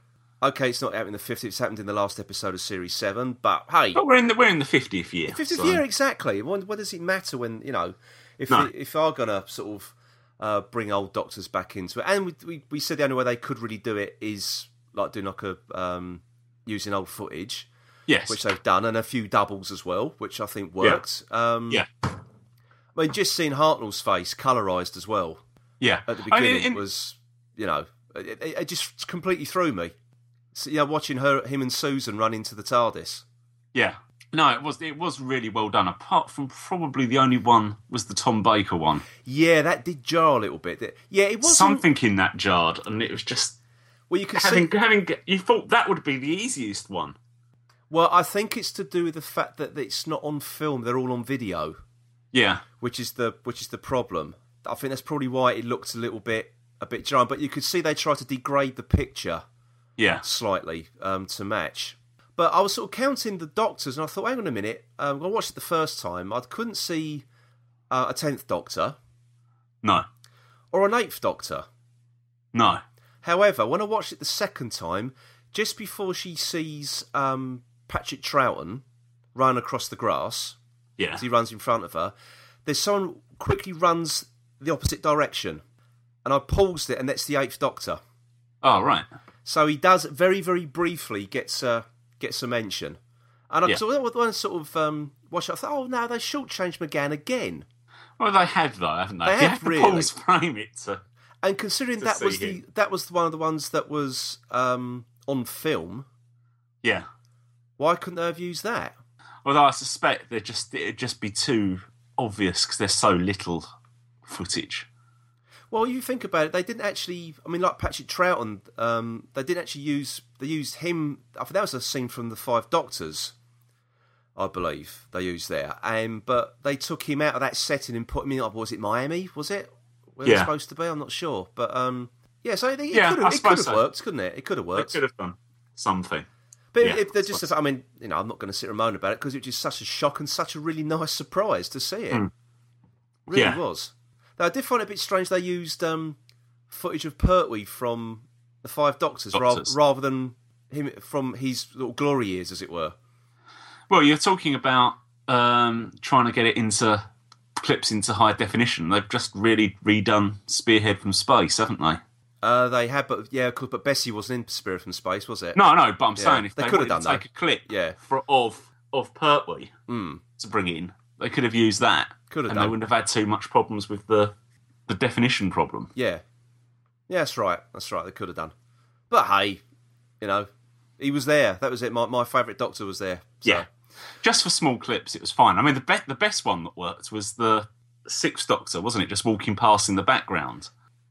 [SPEAKER 1] Okay, it's not out in the fifth. It's happened in the last episode of series seven. But hey,
[SPEAKER 2] But we're in the we're in the 50th year.
[SPEAKER 1] Fiftieth
[SPEAKER 2] so-
[SPEAKER 1] year exactly. What, what does it matter when you know if
[SPEAKER 2] No.
[SPEAKER 1] if they are gonna sort of uh, bring old doctors back into it? And we, we we said the only way they could really do it is like doing like a um, using old footage,
[SPEAKER 2] Yes.
[SPEAKER 1] which they've done, and a few doubles as well, which I think worked. Um,
[SPEAKER 2] yeah.
[SPEAKER 1] I mean, just seeing Hartnell's face colorized as well
[SPEAKER 2] Yeah.
[SPEAKER 1] at the
[SPEAKER 2] I mean,
[SPEAKER 1] beginning
[SPEAKER 2] in-
[SPEAKER 1] was you know it, it, it just completely threw me. So, you know, watching her, him and Susan run into the TARDIS.
[SPEAKER 2] Yeah. No, it was it was really well done. Apart from probably the only one was the Tom Baker one.
[SPEAKER 1] Yeah, that did jar a little bit. Yeah, it wasn't.
[SPEAKER 2] Something in that jarred, and it was just
[SPEAKER 1] well, you could see
[SPEAKER 2] having having you thought that would be the easiest one.
[SPEAKER 1] Well, I think it's to do with the fact that it's not on film; they're all on video,
[SPEAKER 2] Yeah.
[SPEAKER 1] which is the which is the problem. I think that's probably why it looked a little bit a bit jarring. But you could see they try to degrade the picture
[SPEAKER 2] Yeah.
[SPEAKER 1] slightly um, to match. But I was sort of counting the doctors, and I thought, hang on a minute. Um, when I watched it the first time. I couldn't see uh, a tenth Doctor
[SPEAKER 2] No.
[SPEAKER 1] or an eighth Doctor.
[SPEAKER 2] No.
[SPEAKER 1] However, when I watched it the second time, just before she sees um, Patrick Troughton run across the grass.
[SPEAKER 2] Yeah.
[SPEAKER 1] as he runs in front of her, there's someone quickly runs the opposite direction. And I paused it, and that's the Eighth Doctor.
[SPEAKER 2] Oh right.
[SPEAKER 1] So he does very, very briefly gets uh, gets a mention. And I
[SPEAKER 2] Yeah.
[SPEAKER 1] saw that one sort of um, watch. it, I thought, oh no, they shortchanged McGann again.
[SPEAKER 2] Well, they have though, haven't they?
[SPEAKER 1] They
[SPEAKER 2] You
[SPEAKER 1] have,
[SPEAKER 2] have to
[SPEAKER 1] really.
[SPEAKER 2] pause frame it to
[SPEAKER 1] And considering
[SPEAKER 2] To
[SPEAKER 1] that was
[SPEAKER 2] see
[SPEAKER 1] the that was one of the ones that was um, on film,
[SPEAKER 2] Yeah.
[SPEAKER 1] why couldn't they have used that?
[SPEAKER 2] Although I suspect they just it'd just be too obvious because there's so little footage.
[SPEAKER 1] Well, you think about it, they didn't actually. I mean, like Patrick Troughton, um, they didn't actually use. They used him. I think that was a scene from the Five Doctors, I believe they used there. Um, but they took him out of that setting and put him in. oh, Was it Miami? Was it where
[SPEAKER 2] Yeah.
[SPEAKER 1] it's supposed to be? I'm not sure. But um, yeah, so they, it
[SPEAKER 2] Yeah,
[SPEAKER 1] could
[SPEAKER 2] I
[SPEAKER 1] have, it could
[SPEAKER 2] suppose
[SPEAKER 1] have
[SPEAKER 2] so.
[SPEAKER 1] worked, couldn't it? It could have
[SPEAKER 2] They
[SPEAKER 1] worked.
[SPEAKER 2] could have done something.
[SPEAKER 1] But
[SPEAKER 2] yeah,
[SPEAKER 1] if they're
[SPEAKER 2] I
[SPEAKER 1] just, I mean, you know, I'm not going to sit and moan about it because it was just such a shock and such a really nice surprise to see it. Really
[SPEAKER 2] Hmm. Yeah.
[SPEAKER 1] was. Now, I did find it a bit strange they used um, footage of Pertwee from the Five Doctors, Rather,
[SPEAKER 2] Doctors.
[SPEAKER 1] rather than him from his little glory years, as it were.
[SPEAKER 2] Well, you're talking about um, trying to get it into clips into high definition. They've just really redone Spearhead from Space, haven't they?
[SPEAKER 1] Uh, they had, but yeah, of course, but Bessie wasn't in Spirit from Space, was it?
[SPEAKER 2] No, no, but I'm
[SPEAKER 1] Yeah.
[SPEAKER 2] saying if
[SPEAKER 1] They
[SPEAKER 2] they,
[SPEAKER 1] could have
[SPEAKER 2] wanted
[SPEAKER 1] done that.
[SPEAKER 2] to take a clip
[SPEAKER 1] Yeah.
[SPEAKER 2] for, of of Pertwee to bring in, they could have used that.
[SPEAKER 1] Could have
[SPEAKER 2] and
[SPEAKER 1] done.
[SPEAKER 2] they wouldn't have had too much problems with the the definition problem.
[SPEAKER 1] Yeah. Yeah, that's right. That's right. They could have done. But hey, you know, he was there. That was it. My, my favourite doctor was there. So.
[SPEAKER 2] Yeah. Just for small clips, it was fine. I mean, the be- the best one that worked was the Sixth Doctor, wasn't it? Just walking past in the background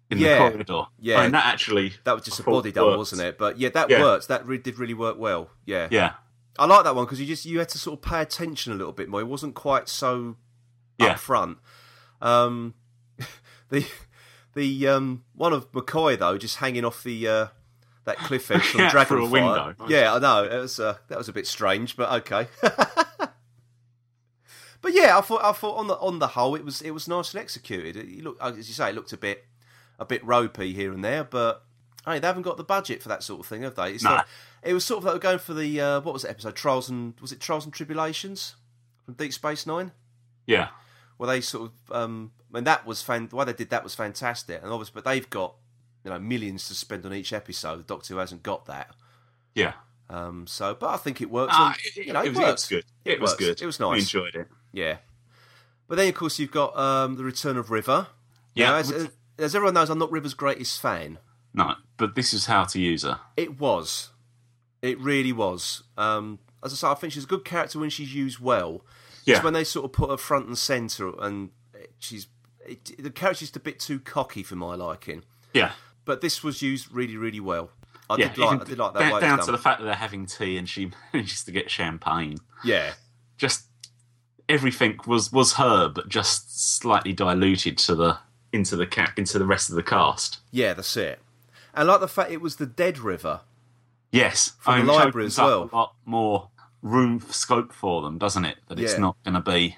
[SPEAKER 2] in
[SPEAKER 1] Yeah.
[SPEAKER 2] the corridor.
[SPEAKER 1] Yeah.
[SPEAKER 2] I mean, that actually
[SPEAKER 1] That was just a
[SPEAKER 2] I thought
[SPEAKER 1] body double,
[SPEAKER 2] worked.
[SPEAKER 1] wasn't it? But yeah, that
[SPEAKER 2] Yeah.
[SPEAKER 1] worked. That re- did really work well. Yeah.
[SPEAKER 2] Yeah,
[SPEAKER 1] I like that one because you just you had to sort of pay attention a little bit more. It wasn't quite so
[SPEAKER 2] yeah.
[SPEAKER 1] up front. Um, the the um, one of McCoy though just hanging off the uh, that cliff edge from
[SPEAKER 2] Yeah,
[SPEAKER 1] Dragonfire.
[SPEAKER 2] through a window.
[SPEAKER 1] Yeah, I know it was uh, that was a bit strange, but okay. but yeah, I thought I thought on the on the whole it was it was nice and executed. It, looked, as you say, it looked a bit a bit ropey here and there, but. Hey, they haven't got the budget for that sort of thing, have they? It's
[SPEAKER 2] No.
[SPEAKER 1] not, it was sort of like we're going for the uh, what was it episode Trials and was it Trials and Tribulations from Deep Space Nine?
[SPEAKER 2] yeah.
[SPEAKER 1] Well, they sort of um I mean that was fan why they did that was fantastic and obviously but they've got you know millions to spend on each episode the doctor who hasn't got that
[SPEAKER 2] Yeah.
[SPEAKER 1] um so but i think it works
[SPEAKER 2] Ah,
[SPEAKER 1] and,
[SPEAKER 2] it,
[SPEAKER 1] you know,
[SPEAKER 2] it was, it
[SPEAKER 1] works.
[SPEAKER 2] was good. It, was
[SPEAKER 1] works.
[SPEAKER 2] good.
[SPEAKER 1] it was
[SPEAKER 2] I
[SPEAKER 1] nice
[SPEAKER 2] enjoyed it.
[SPEAKER 1] yeah but then of course you've got um the return of river
[SPEAKER 2] Yeah.
[SPEAKER 1] Now, as, as everyone knows i'm not river's greatest fan
[SPEAKER 2] No, but this is how to use her.
[SPEAKER 1] It was. It really was. Um, as I say, I think she's a good character when she's used well.
[SPEAKER 2] Yeah.
[SPEAKER 1] It's when they sort of put her front and centre, and she's it, the character's just a bit too cocky for my liking.
[SPEAKER 2] Yeah.
[SPEAKER 1] But this was used really, really well. I
[SPEAKER 2] yeah.
[SPEAKER 1] did like. I
[SPEAKER 2] even
[SPEAKER 1] did like
[SPEAKER 2] down,
[SPEAKER 1] that. way it's
[SPEAKER 2] down
[SPEAKER 1] done.
[SPEAKER 2] to the fact that they're having tea and she manages to get champagne.
[SPEAKER 1] yeah,
[SPEAKER 2] Just everything was was her, but just slightly diluted to the into the cat into the rest of the cast.
[SPEAKER 1] yeah. That's it. And I like the fact it was the Dead River.
[SPEAKER 2] Yes,
[SPEAKER 1] From the
[SPEAKER 2] it
[SPEAKER 1] library
[SPEAKER 2] opens
[SPEAKER 1] as
[SPEAKER 2] up
[SPEAKER 1] well.
[SPEAKER 2] A lot more room for scope for them, doesn't it? That it's
[SPEAKER 1] Yeah.
[SPEAKER 2] not going to be.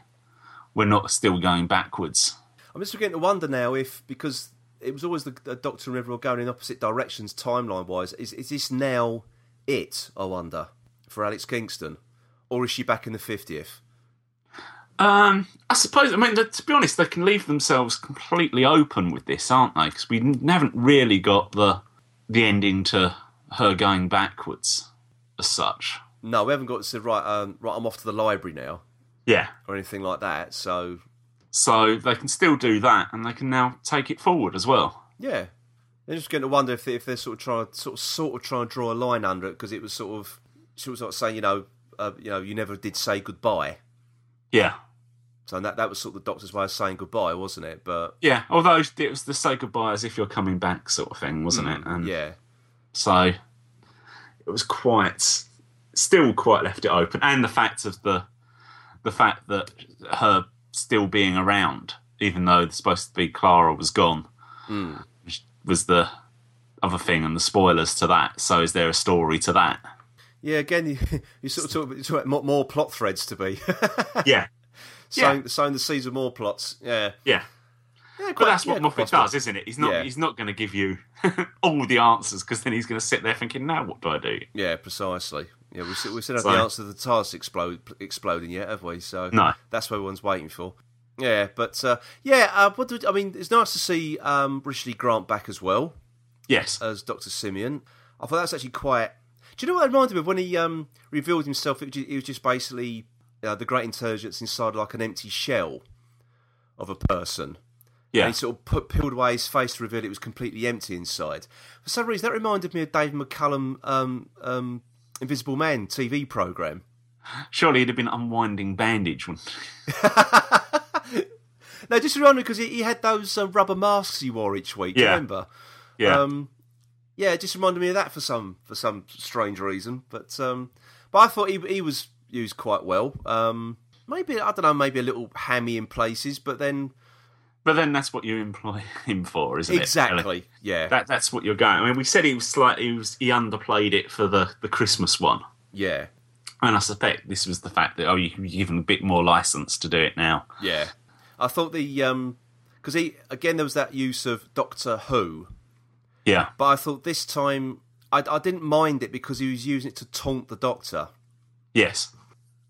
[SPEAKER 2] We're not still going backwards.
[SPEAKER 1] I'm just beginning to wonder now if because it was always the, the Doctor and River were going in opposite directions timeline wise. Is is this now it? I wonder for Alex Kingston, or is she back in the fiftieth?
[SPEAKER 2] Um, I suppose. I mean, th- to be honest, they can leave themselves completely open with this, aren't they? Because we n- haven't really got the the ending to her going backwards as such.
[SPEAKER 1] No, we haven't got to say right. Um, right, I'm off to the library now
[SPEAKER 2] Yeah.
[SPEAKER 1] or anything like that. So
[SPEAKER 2] So they can still do that, and they can now take it forward as well.
[SPEAKER 1] yeah, I'm just going to wonder if they, if they're sort of trying to sort of sort of trying to draw a line under it because it was sort of she was sort of saying you know uh, you know you never did say goodbye.
[SPEAKER 2] Yeah.
[SPEAKER 1] So that that was sort of the Doctor's way of saying goodbye, wasn't it? But
[SPEAKER 2] Yeah. Although it was the say goodbye as if you're coming back sort of thing, wasn't it? And
[SPEAKER 1] Mm, yeah,
[SPEAKER 2] So it was quite, still quite left it open, and the fact of the, the fact that her still being around, even though it's supposed to be Clara was gone, which was the other thing, and the spoilers to that. So is there a story to that?
[SPEAKER 1] Yeah, again, you, you sort of talk about, you talk about more, more plot threads to be
[SPEAKER 2] Yeah,
[SPEAKER 1] sowing, sowing the seeds of more plots. Yeah,
[SPEAKER 2] yeah.
[SPEAKER 1] yeah
[SPEAKER 2] But that's what
[SPEAKER 1] yeah,
[SPEAKER 2] Moffat
[SPEAKER 1] possible.
[SPEAKER 2] does, isn't it? He's not.
[SPEAKER 1] Yeah.
[SPEAKER 2] He's not going to give you all the answers because then he's going to sit there thinking, "Now what do I do?"
[SPEAKER 1] Yeah, precisely. Yeah, we still, we still have
[SPEAKER 2] So-
[SPEAKER 1] the answer to the TARDIS explode, exploding yet, have we? So
[SPEAKER 2] No.
[SPEAKER 1] that's what everyone's waiting for. Yeah, but uh, yeah, uh, what do we, I mean, it's nice to see um, Richard E. Grant back as well
[SPEAKER 2] Yes.
[SPEAKER 1] as Doctor Simeon. I thought that's actually quite. Do you know what it reminded me of when he um, revealed himself? It was ju- it was just basically uh, the great intelligence inside like an empty shell of a person.
[SPEAKER 2] yeah.
[SPEAKER 1] And he sort of put, peeled away his face to reveal it was completely empty inside. For some reason, that reminded me of David McCallum, um, um, Invisible Man TV program.
[SPEAKER 2] Surely it'd have been unwinding bandage. When...
[SPEAKER 1] No, just reminded me because he, he had those uh, rubber masks he wore each week. do you
[SPEAKER 2] Yeah.
[SPEAKER 1] remember?
[SPEAKER 2] Yeah.
[SPEAKER 1] Um, yeah, it just reminded me of that for some for some strange reason. But um, but I thought he he was used quite well. Um, maybe I don't know, maybe a little hammy in places, but then
[SPEAKER 2] But then that's what you employ him for, isn't it?
[SPEAKER 1] exactly,
[SPEAKER 2] really?
[SPEAKER 1] yeah,
[SPEAKER 2] That that's what you're going. I mean, we said he was slightly he, was, he underplayed it for the the Christmas one,
[SPEAKER 1] yeah,
[SPEAKER 2] and I suspect this was the fact that oh, you you give him a bit more license to do it now.
[SPEAKER 1] yeah. I thought the um, because he again there was that use of Doctor Who,
[SPEAKER 2] Yeah,
[SPEAKER 1] but I thought this time I, I didn't mind it because he was using it to taunt the Doctor.
[SPEAKER 2] yes,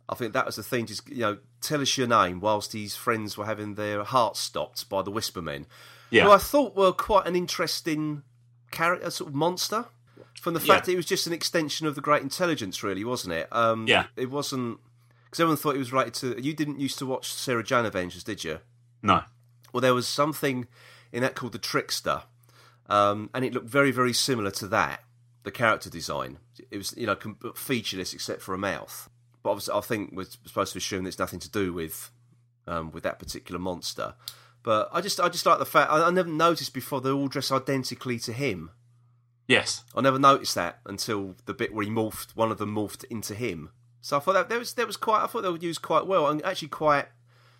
[SPEAKER 1] I think that was the thing. Just you know, tell us your name whilst these friends were having their hearts stopped by the Whisper Men,
[SPEAKER 2] yeah,
[SPEAKER 1] who I thought were quite an interesting character, sort of monster, from the fact
[SPEAKER 2] Yeah.
[SPEAKER 1] that it was just an extension of the Great Intelligence, really, wasn't it? Um,
[SPEAKER 2] Yeah.
[SPEAKER 1] It wasn't because everyone thought it was related to. You didn't used to watch Sarah Jane Adventures, did you?
[SPEAKER 2] No.
[SPEAKER 1] Well, there was something in that called the Trickster, um, and it looked very, very similar to that. The character design, it was you know com- featureless except for a mouth. But obviously, I think we're supposed to assume it's nothing to do with um, with that particular monster. But I just, I just like the fact I, I never noticed before they all dress identically to him.
[SPEAKER 2] Yes.
[SPEAKER 1] I never noticed that until the bit where he morphed. One of them morphed into him. So I thought that, that was that was quite. I thought they were used quite well and actually quite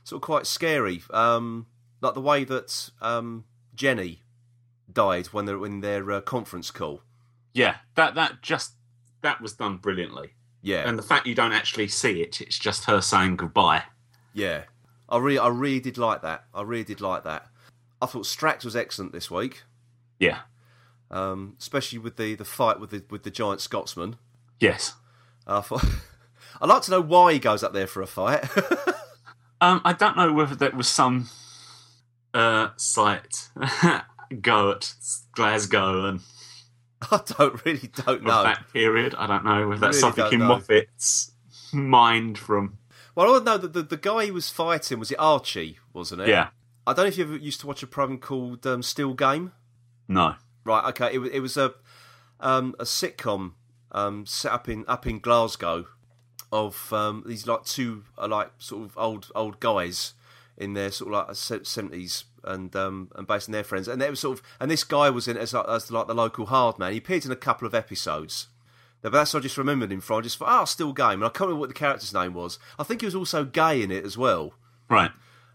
[SPEAKER 1] sort of quite scary. Um, like the way that um, Jenny died when they're in their uh, conference call.
[SPEAKER 2] Yeah. That that just that was done brilliantly.
[SPEAKER 1] Yeah,
[SPEAKER 2] And the fact you don't actually see it, it's just her saying goodbye.
[SPEAKER 1] yeah. I really, I really did like that. I really did like that. I thought Strax was excellent this week,
[SPEAKER 2] Yeah.
[SPEAKER 1] um, especially with the, the fight with the with the giant Scotsman. Uh,
[SPEAKER 2] Yes.
[SPEAKER 1] I thought I'd like to know why he goes up there for a fight.
[SPEAKER 2] Um, I don't know whether that was some uh, site go at Glasgow and
[SPEAKER 1] I don't really don't
[SPEAKER 2] of
[SPEAKER 1] know.
[SPEAKER 2] that period. I don't know whether that's
[SPEAKER 1] Really
[SPEAKER 2] something
[SPEAKER 1] don't
[SPEAKER 2] in
[SPEAKER 1] know.
[SPEAKER 2] Moffat's mind from.
[SPEAKER 1] Well, I would know that the, the guy he was fighting was it Archie, wasn't it?
[SPEAKER 2] Yeah.
[SPEAKER 1] I don't know if you ever used to watch a program called um, Still Game.
[SPEAKER 2] No.
[SPEAKER 1] Right. Okay. It, wa- it was a um, a sitcom um, set up in up in Glasgow of um, these like two uh, like sort of old old guys in their sort of like seventies and um, and based on their friends and they were sort of and this guy was in as like, as like the local hard man. He appeared in a couple of episodes. But that's what I just remembered him from. I just thought, oh, still game. And I can't remember what the character's name was. I think he was also gay in it as well.
[SPEAKER 2] Right.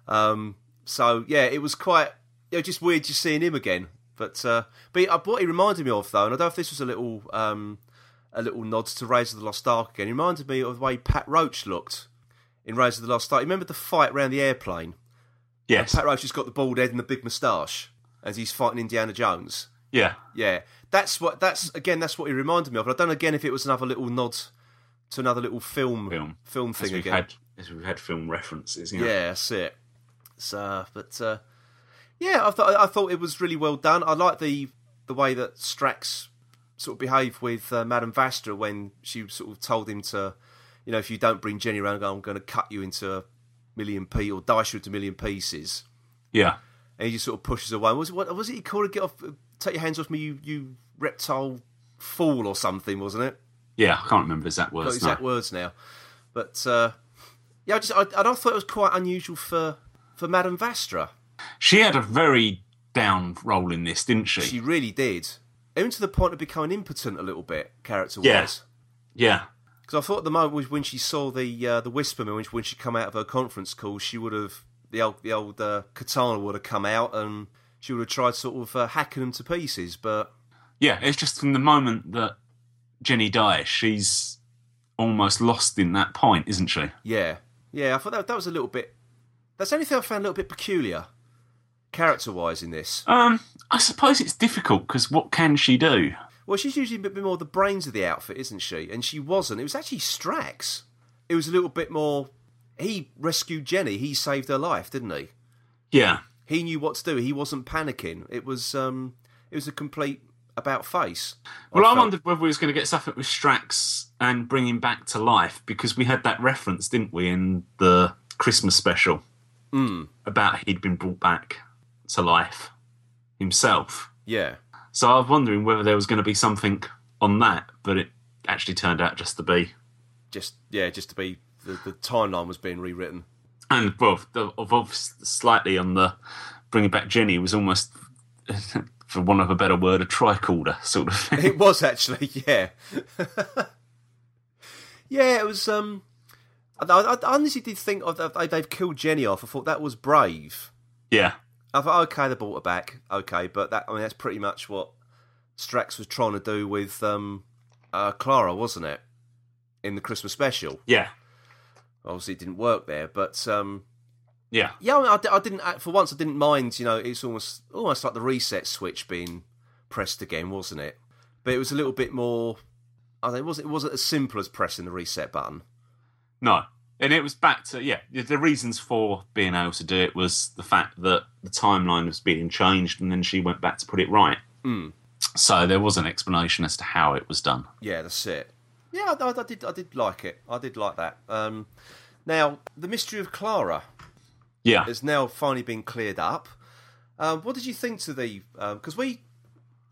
[SPEAKER 1] Um, so yeah, it was quite you know, just weird just seeing him again. But uh, but uh, what he reminded me of though, and I don't know if this was a little um, a little nod to Raiders of the Lost Ark again. He reminded me of the way Pat Roach looked in Raiders of the Lost Ark. You Remember the fight around the airplane?
[SPEAKER 2] Yes.
[SPEAKER 1] Pat Roach has got the bald head and the big moustache as he's fighting Indiana Jones.
[SPEAKER 2] Yeah.
[SPEAKER 1] Yeah, that's what that's again. That's what he reminded me of. And I don't know again if it was another little nod to another little film
[SPEAKER 2] Film. As
[SPEAKER 1] thing
[SPEAKER 2] we've
[SPEAKER 1] again.
[SPEAKER 2] had, as we've had film references.
[SPEAKER 1] Yeah,
[SPEAKER 2] Yeah.
[SPEAKER 1] that's it. So, but uh, yeah, I thought I thought it was really well done. I like the the way that Strax sort of behaved with uh, Madame Vastra when she sort of told him to, you know, if you don't bring Jenny around, I'm going to cut you into a million p or dice you into a million pieces.
[SPEAKER 2] Yeah.
[SPEAKER 1] And he just sort of pushes away. Was what was it? He called it, "Get off, take your hands off me, you you reptile fool" or something, wasn't it?
[SPEAKER 2] Yeah. I can't remember exact
[SPEAKER 1] got
[SPEAKER 2] words.
[SPEAKER 1] exact
[SPEAKER 2] no.
[SPEAKER 1] words now. But uh, yeah, I just I, I thought it was quite unusual for for Madame Vastra.
[SPEAKER 2] She had a very down role in this, didn't she?
[SPEAKER 1] She really did, even to the point of becoming impotent a little bit character wise.
[SPEAKER 2] Yeah. Yeah.
[SPEAKER 1] Because I thought at the moment was when she saw the uh, the Whisperman when she, when she come out of her conference call, she would have the old the old uh, katana would have come out and she would have tried sort of uh, hacking him to pieces. But
[SPEAKER 2] Yeah. It's just from the moment that Jenny dies, she's almost lost in that point, isn't she?
[SPEAKER 1] yeah, yeah, I thought that that was a little bit. That's the only thing I found a little bit peculiar, character wise in this.
[SPEAKER 2] Um, I suppose it's difficult because what can she do?
[SPEAKER 1] Well, she's usually a bit more the brains of the outfit, isn't she? And she wasn't. It was actually Strax. It was a little bit more. He rescued Jenny. He saved her life, didn't he?
[SPEAKER 2] Yeah.
[SPEAKER 1] He knew what to do. He wasn't panicking. It was um, it was a complete about face.
[SPEAKER 2] Well, I
[SPEAKER 1] felt.
[SPEAKER 2] wondered whether we was going to get something with Strax and bring him back to life because we had that reference, didn't we, in the Christmas special Hmm. about he'd been brought back to life himself.
[SPEAKER 1] Yeah,
[SPEAKER 2] So I was wondering whether there was going to be something on that, but it actually turned out just to be.
[SPEAKER 1] just yeah, just to be the, the timeline was being rewritten.
[SPEAKER 2] And well, the- of of- slightly on the bringing back Jenny was almost, for want of a better word, a tricorder sort of thing.
[SPEAKER 1] It was actually, yeah, yeah. It was. Um, I, I I honestly did think of that. They've killed Jenny off. I thought that was brave.
[SPEAKER 2] yeah,
[SPEAKER 1] I thought, okay, they bought her back, okay, but that I mean that's pretty much what Strax was trying to do with um, uh, Clara, wasn't it? In the Christmas special,
[SPEAKER 2] yeah,
[SPEAKER 1] obviously it didn't work there, but um,
[SPEAKER 2] yeah,
[SPEAKER 1] yeah, I, mean, I, di- I didn't I- for once I didn't mind. You know, it's almost almost like the reset switch being pressed again, wasn't it? But it was a little bit more. I don't know, it wasn't. It wasn't as simple as pressing the reset button.
[SPEAKER 2] No. And it was back to, yeah, the- the reasons for being able to do
[SPEAKER 1] Hmm.
[SPEAKER 2] it was the fact that the timeline was being changed and then she went back to put it right. So there was an explanation as to how it was done.
[SPEAKER 1] Yeah, that's it. Yeah, I, I did. I did like it. I did like that. Um, now, the mystery of Clara
[SPEAKER 2] Yeah.
[SPEAKER 1] has now finally been cleared up. Um, what did you think to the? Because we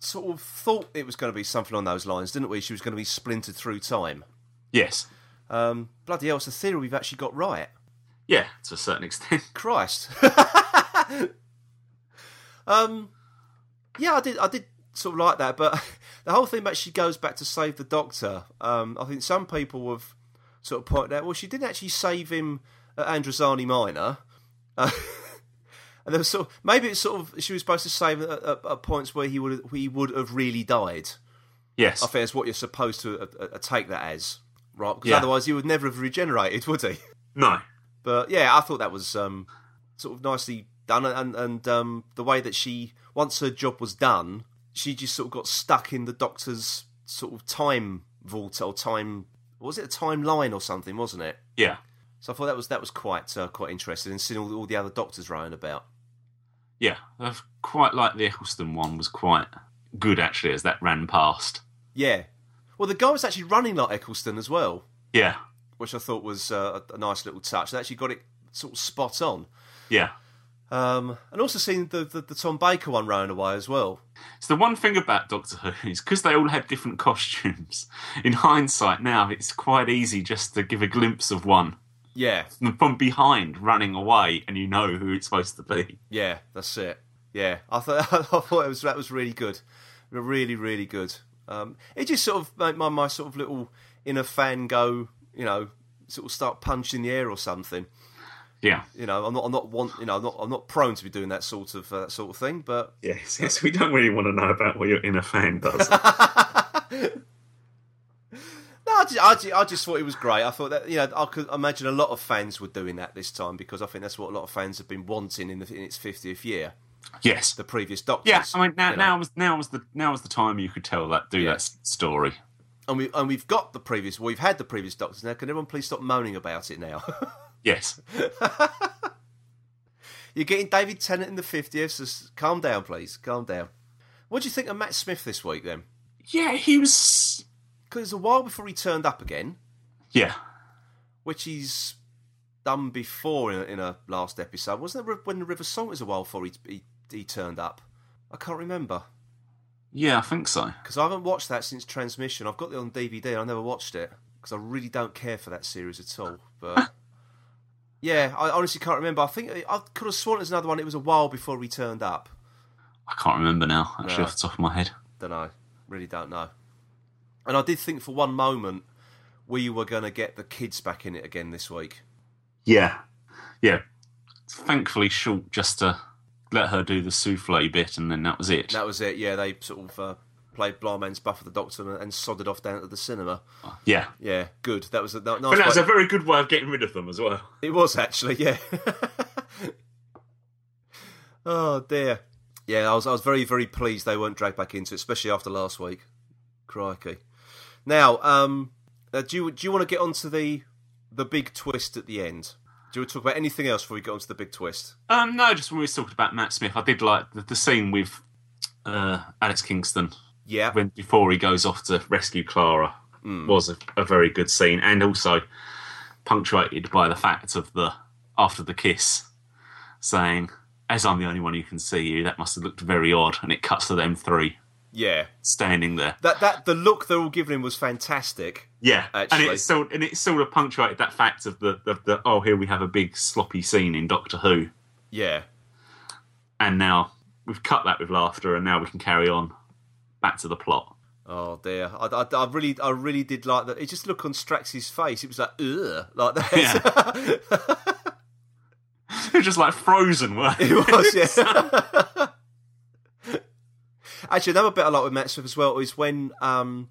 [SPEAKER 1] sort of thought it was going to be something on those lines, didn't we? She was going to be splintered through time.
[SPEAKER 2] Yes.
[SPEAKER 1] Um, bloody hell, it's a theory we've actually got right.
[SPEAKER 2] Yeah, to a certain extent.
[SPEAKER 1] Christ. um, yeah, I did. I did sort of like that, but the whole thing about she goes back to save the Doctor. Um, I think some people have sort of pointed out. Well, she didn't actually save him at Androzani Minor. Uh, and there was sort of, maybe it's sort of she was supposed to save him at, at, at points where he would he would have really died.
[SPEAKER 2] Yes.
[SPEAKER 1] I think that's what you're supposed to uh, uh, take that as, right? Because
[SPEAKER 2] Yeah.
[SPEAKER 1] otherwise he would never have regenerated, would he?
[SPEAKER 2] no.
[SPEAKER 1] But yeah, I thought that was um, sort of nicely done, and and um, the way that she once her job was done, she just sort of got stuck in the Doctor's sort of time vault or time was it a timeline or something, wasn't it?
[SPEAKER 2] Yeah.
[SPEAKER 1] So I thought that was that was quite uh, quite interesting, and seeing all, all the other Doctors running about.
[SPEAKER 2] Yeah. i quite like the Eccleston one was quite good actually as that ran past.
[SPEAKER 1] Yeah, well, the guy was actually running like Eccleston as well,
[SPEAKER 2] Yeah.
[SPEAKER 1] which I thought was uh, a, a nice little touch. They actually got it sort of spot on,
[SPEAKER 2] Yeah.
[SPEAKER 1] um, and also seeing the, the the Tom Baker one running away as well.
[SPEAKER 2] So the one thing about Doctor Who is because they all had different costumes. In hindsight, now it's quite easy just to give a glimpse of one
[SPEAKER 1] Yeah,
[SPEAKER 2] from behind running away, and you know who it's supposed to be.
[SPEAKER 1] Yeah, that's it. Yeah, I thought I thought it was that was really good, really really good. Um, it just sort of made my my sort of little inner fan go, you know, sort of start punching the air or something.
[SPEAKER 2] Yeah.
[SPEAKER 1] You know, I'm not I'm not want you know I'm not I'm not prone to be doing that sort of uh, that sort of thing, but
[SPEAKER 2] Yes. Yes. We don't really want to know about what your inner fan does.
[SPEAKER 1] no, I just, I, just, I just thought it was great. I thought that you know I could imagine a lot of fans were doing that this time because I think that's what a lot of fans have been wanting in the, in its 50th year.
[SPEAKER 2] yes.
[SPEAKER 1] The previous Doctors.
[SPEAKER 2] Yeah, I mean now,
[SPEAKER 1] you know.
[SPEAKER 2] now was now was the now was the time you could tell that do
[SPEAKER 1] Yeah.
[SPEAKER 2] that s- story.
[SPEAKER 1] and we and we've got the previous. We've had the previous doctors now. Can everyone please stop moaning about it now?
[SPEAKER 2] Yes,
[SPEAKER 1] You're getting David Tennant in the fiftieth. So s- calm down, please. Calm down. What do you think of Matt Smith this week then?
[SPEAKER 2] yeah, he was.
[SPEAKER 1] Because it's a while before he turned up again,
[SPEAKER 2] Yeah,
[SPEAKER 1] which he's done before in a, in a last episode. Wasn't it when the River Song was a while before he he, he turned up? I can't remember
[SPEAKER 2] yeah, I think so.
[SPEAKER 1] because I haven't watched that since Transmission. I've got it on DVD. I never watched it because I really don't care for that series at all. But yeah, I honestly can't remember. I think I could have sworn it was another one. It was a while before he turned up.
[SPEAKER 2] I can't remember now. Actually,
[SPEAKER 1] No.
[SPEAKER 2] off the top of my head.
[SPEAKER 1] Don't know. Really don't know. And I did think for one moment we were going to get the kids back in it again this week.
[SPEAKER 2] Yeah, yeah. Thankfully, short just to let her do the souffle bit, and then that was it.
[SPEAKER 1] That was it. Yeah, they sort of uh, played Blind Man's Buff of the Doctor and, and sodded off down to the cinema.
[SPEAKER 2] Yeah,
[SPEAKER 1] Yeah, good. That was a that,
[SPEAKER 2] but
[SPEAKER 1] nice.
[SPEAKER 2] that was
[SPEAKER 1] way-
[SPEAKER 2] a very good way of getting rid of them as well.
[SPEAKER 1] It was actually, yeah. oh dear. Yeah, I was I was very very pleased they weren't dragged back into it, especially after last week. Crikey. Now, um, uh, do you do you want to get onto the the big twist at the end? Do you want to talk about anything else before we get onto the big twist?
[SPEAKER 2] Um, no, just when we were talking about Matt Smith, I did like the, the scene with uh, Alex Kingston
[SPEAKER 1] Yeah,
[SPEAKER 2] when before he goes off to rescue Clara was a, a very good scene, and also punctuated by the fact of the after the kiss saying, "As I'm the only one who can see you," that must have looked very odd, and it cuts to them three
[SPEAKER 1] yeah.
[SPEAKER 2] standing there.
[SPEAKER 1] That that the look they're all giving him was fantastic.
[SPEAKER 2] Yeah,
[SPEAKER 1] Actually.
[SPEAKER 2] and it sort and it sort of punctuated that fact of the, the, the oh here we have a big sloppy scene in Doctor Who,
[SPEAKER 1] Yeah,
[SPEAKER 2] and now we've cut that with laughter, and now we can carry on back to the plot.
[SPEAKER 1] Oh dear, I, I, I really, I really did like that. It just look on Strax's face. It was like, ugh, like that.
[SPEAKER 2] They're just like frozen, were
[SPEAKER 1] it was, yeah. Actually, another bit I like with Matt Smith as well is when um,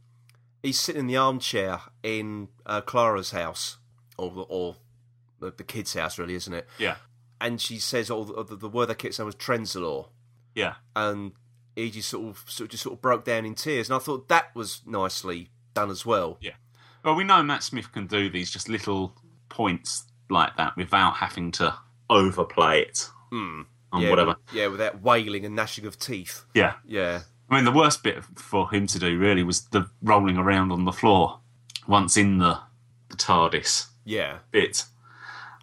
[SPEAKER 1] he's sitting in the armchair in uh, Clara's house, or the- or the, the kid's house, really, isn't it?
[SPEAKER 2] Yeah,
[SPEAKER 1] And she says, "Oh, the, the, the word they kept saying was Trenzalore,"
[SPEAKER 2] yeah,
[SPEAKER 1] and he just sort of, sort of just sort of broke down in tears. And I thought that was nicely done as well.
[SPEAKER 2] Yeah. Well, we know Matt Smith can do these just little points like that without having to overplay it. Mm. And
[SPEAKER 1] Hmm. yeah,
[SPEAKER 2] Um, whatever.
[SPEAKER 1] with- yeah, with that wailing and gnashing of teeth.
[SPEAKER 2] Yeah.
[SPEAKER 1] Yeah,
[SPEAKER 2] I mean, the worst bit for him to do really was the rolling around on the floor once in the, the TARDIS
[SPEAKER 1] Yeah.
[SPEAKER 2] bit.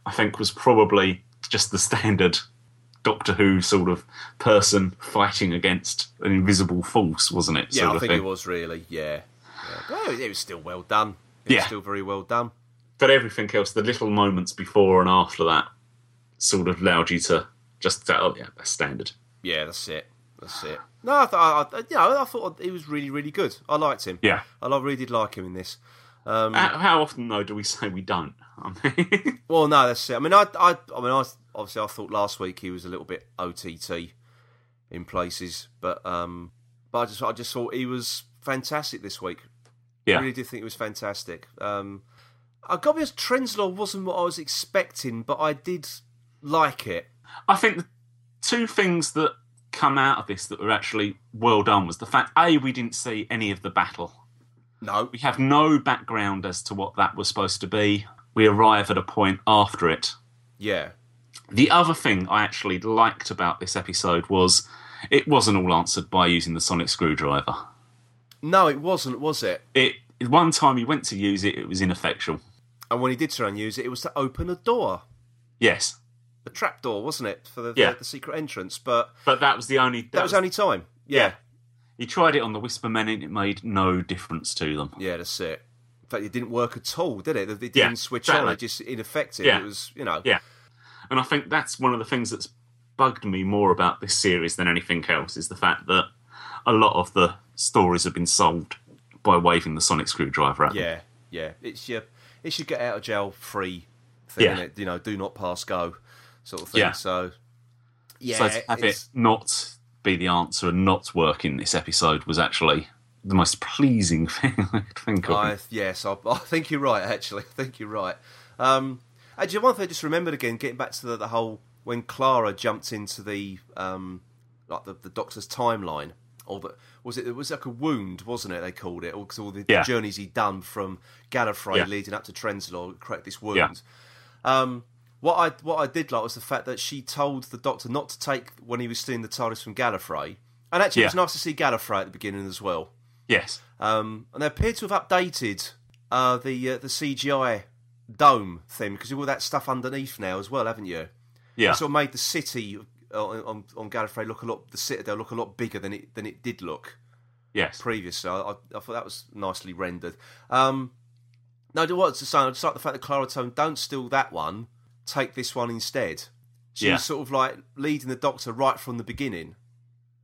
[SPEAKER 2] I think was probably just the standard Doctor Who sort of person fighting against an invisible force, wasn't it?
[SPEAKER 1] Yeah,
[SPEAKER 2] sort
[SPEAKER 1] I
[SPEAKER 2] of
[SPEAKER 1] think
[SPEAKER 2] thing.
[SPEAKER 1] it was really. Yeah. yeah. Well, it was still well done. It was
[SPEAKER 2] Yeah.
[SPEAKER 1] still very well done.
[SPEAKER 2] But everything else, the little moments before and after that, sort of allowed you to just say, oh yeah, that's standard.
[SPEAKER 1] Yeah, that's it. That's it. No, I thought I, I, you know, I thought he was really, really good. I liked him.
[SPEAKER 2] Yeah.
[SPEAKER 1] I lo- really did like him in this.
[SPEAKER 2] How, how often though do we say we don't? I mean,
[SPEAKER 1] Well, no, that's it. I mean, I, I, I mean, I obviously I thought last week he was a little bit OTT in places, but um, but I just, I just thought he was fantastic this week. I
[SPEAKER 2] yeah,
[SPEAKER 1] really did think it was fantastic. Um, I got because Trenslaw wasn't what I was expecting, but I did like it.
[SPEAKER 2] I think the two things that come out of this that were actually well done was the fact a we didn't see any of the battle.
[SPEAKER 1] No,
[SPEAKER 2] We have no background as to what that was supposed to be. We arrive at a point after it.
[SPEAKER 1] yeah,
[SPEAKER 2] The other thing I actually liked about this episode was it wasn't all answered by using the sonic screwdriver.
[SPEAKER 1] no, it wasn't, was it?
[SPEAKER 2] It one time he went to use it, it was ineffectual.
[SPEAKER 1] And when he did try and use it, it was to open a door,
[SPEAKER 2] Yes,
[SPEAKER 1] a trap door, wasn't it, for the,
[SPEAKER 2] Yeah.
[SPEAKER 1] the, the secret entrance? But
[SPEAKER 2] but that was the only
[SPEAKER 1] that, was, only time. Yeah,
[SPEAKER 2] He tried it on the Whisper Men and it made no difference to them.
[SPEAKER 1] yeah, that's it. In fact, it didn't work at all, did it? It didn't
[SPEAKER 2] Yeah,
[SPEAKER 1] switch on.
[SPEAKER 2] exactly.
[SPEAKER 1] It just ineffective.
[SPEAKER 2] Yeah.
[SPEAKER 1] It was, you know,
[SPEAKER 2] Yeah. And I think that's one of the things that's bugged me more about this series than anything else is the fact that a lot of the stories have been solved by waving the sonic screwdriver at them.
[SPEAKER 1] yeah, yeah. It's your, it's your get out of jail free thing.
[SPEAKER 2] Yeah.
[SPEAKER 1] innit? You know, do not pass go, sort of thing.
[SPEAKER 2] Yeah.
[SPEAKER 1] So, yeah,
[SPEAKER 2] so to have it
[SPEAKER 1] it's-
[SPEAKER 2] not be the answer and not work in this episode was actually the most pleasing thing I could think of.
[SPEAKER 1] I, yes, I, I think you're right. Actually, I think you're right. Um, actually, one thing I just remembered again, getting back to the, the whole when Clara jumped into the um, like the, the doctor's timeline, or the, was it it was like a wound, wasn't it? They called it, because all the,
[SPEAKER 2] Yeah.
[SPEAKER 1] journeys he'd done from Gallifrey
[SPEAKER 2] Yeah.
[SPEAKER 1] leading up to Trenzalore, correct this wound.
[SPEAKER 2] Yeah.
[SPEAKER 1] Um, what I what I did like was the fact that she told the doctor not to take when he was stealing the TARDIS from Gallifrey, and actually it was
[SPEAKER 2] Yeah.
[SPEAKER 1] nice to see Gallifrey at the beginning as well.
[SPEAKER 2] yes.
[SPEAKER 1] Um, and they appear to have updated uh, the uh, the CGI dome thing because you've all that stuff underneath now as well, haven't you?
[SPEAKER 2] Yeah.
[SPEAKER 1] It sort of made the city on, on, on Gallifrey look a lot, the citadel look a lot bigger than it than it did look
[SPEAKER 2] yes.
[SPEAKER 1] previously. I, I, I thought that was nicely rendered. Um, no, do what I was just saying. I just like the fact that Clara Tone don't steal that one, take this one instead. She's
[SPEAKER 2] Yeah.
[SPEAKER 1] sort of like leading the Doctor right from the beginning.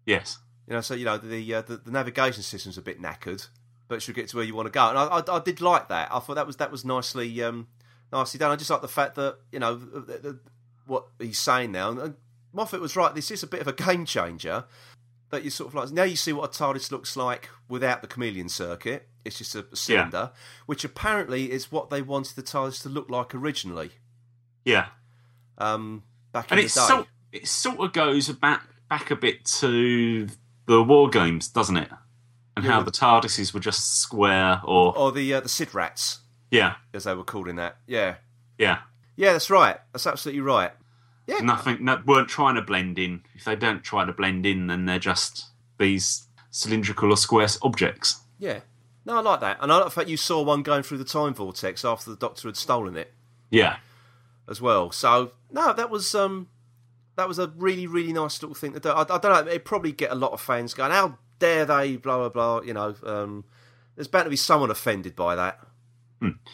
[SPEAKER 2] yes.
[SPEAKER 1] You know, so you know the uh, the, the navigation system's a bit knackered, but you'll get to where you want to go. And I, I, I did like that. I thought that was that was nicely um, nicely done. I just like the fact that you know the, the, what he's saying now. And, and Moffat was right. This is a bit of a game changer. That you sort of like now you see what a TARDIS looks like without the chameleon circuit. It's just a, a cylinder, which apparently is what they wanted the TARDIS to look like originally.
[SPEAKER 2] Yeah.
[SPEAKER 1] Um, back
[SPEAKER 2] and
[SPEAKER 1] in
[SPEAKER 2] it
[SPEAKER 1] the day.
[SPEAKER 2] sort it sort of goes back back a bit to the war games, doesn't it? And how the TARDISes were just square, or
[SPEAKER 1] or the uh, the Sid rats,
[SPEAKER 2] yeah,
[SPEAKER 1] as they were called in that. Yeah,
[SPEAKER 2] yeah,
[SPEAKER 1] Yeah, that's right. That's absolutely right.
[SPEAKER 2] nothing. No, weren't trying to blend in. If they don't try to blend in, then they're just these cylindrical or square s- objects.
[SPEAKER 1] Yeah. No, I like that. And I like the fact you saw one going through the time vortex after the Doctor had stolen it
[SPEAKER 2] Yeah,
[SPEAKER 1] as well. So no, that was um, that was a really really nice little thing to do. I, I don't know. It probably get a lot of fans going, "How dare they?" Blah blah blah. You know, um, there's bound to be someone offended by that.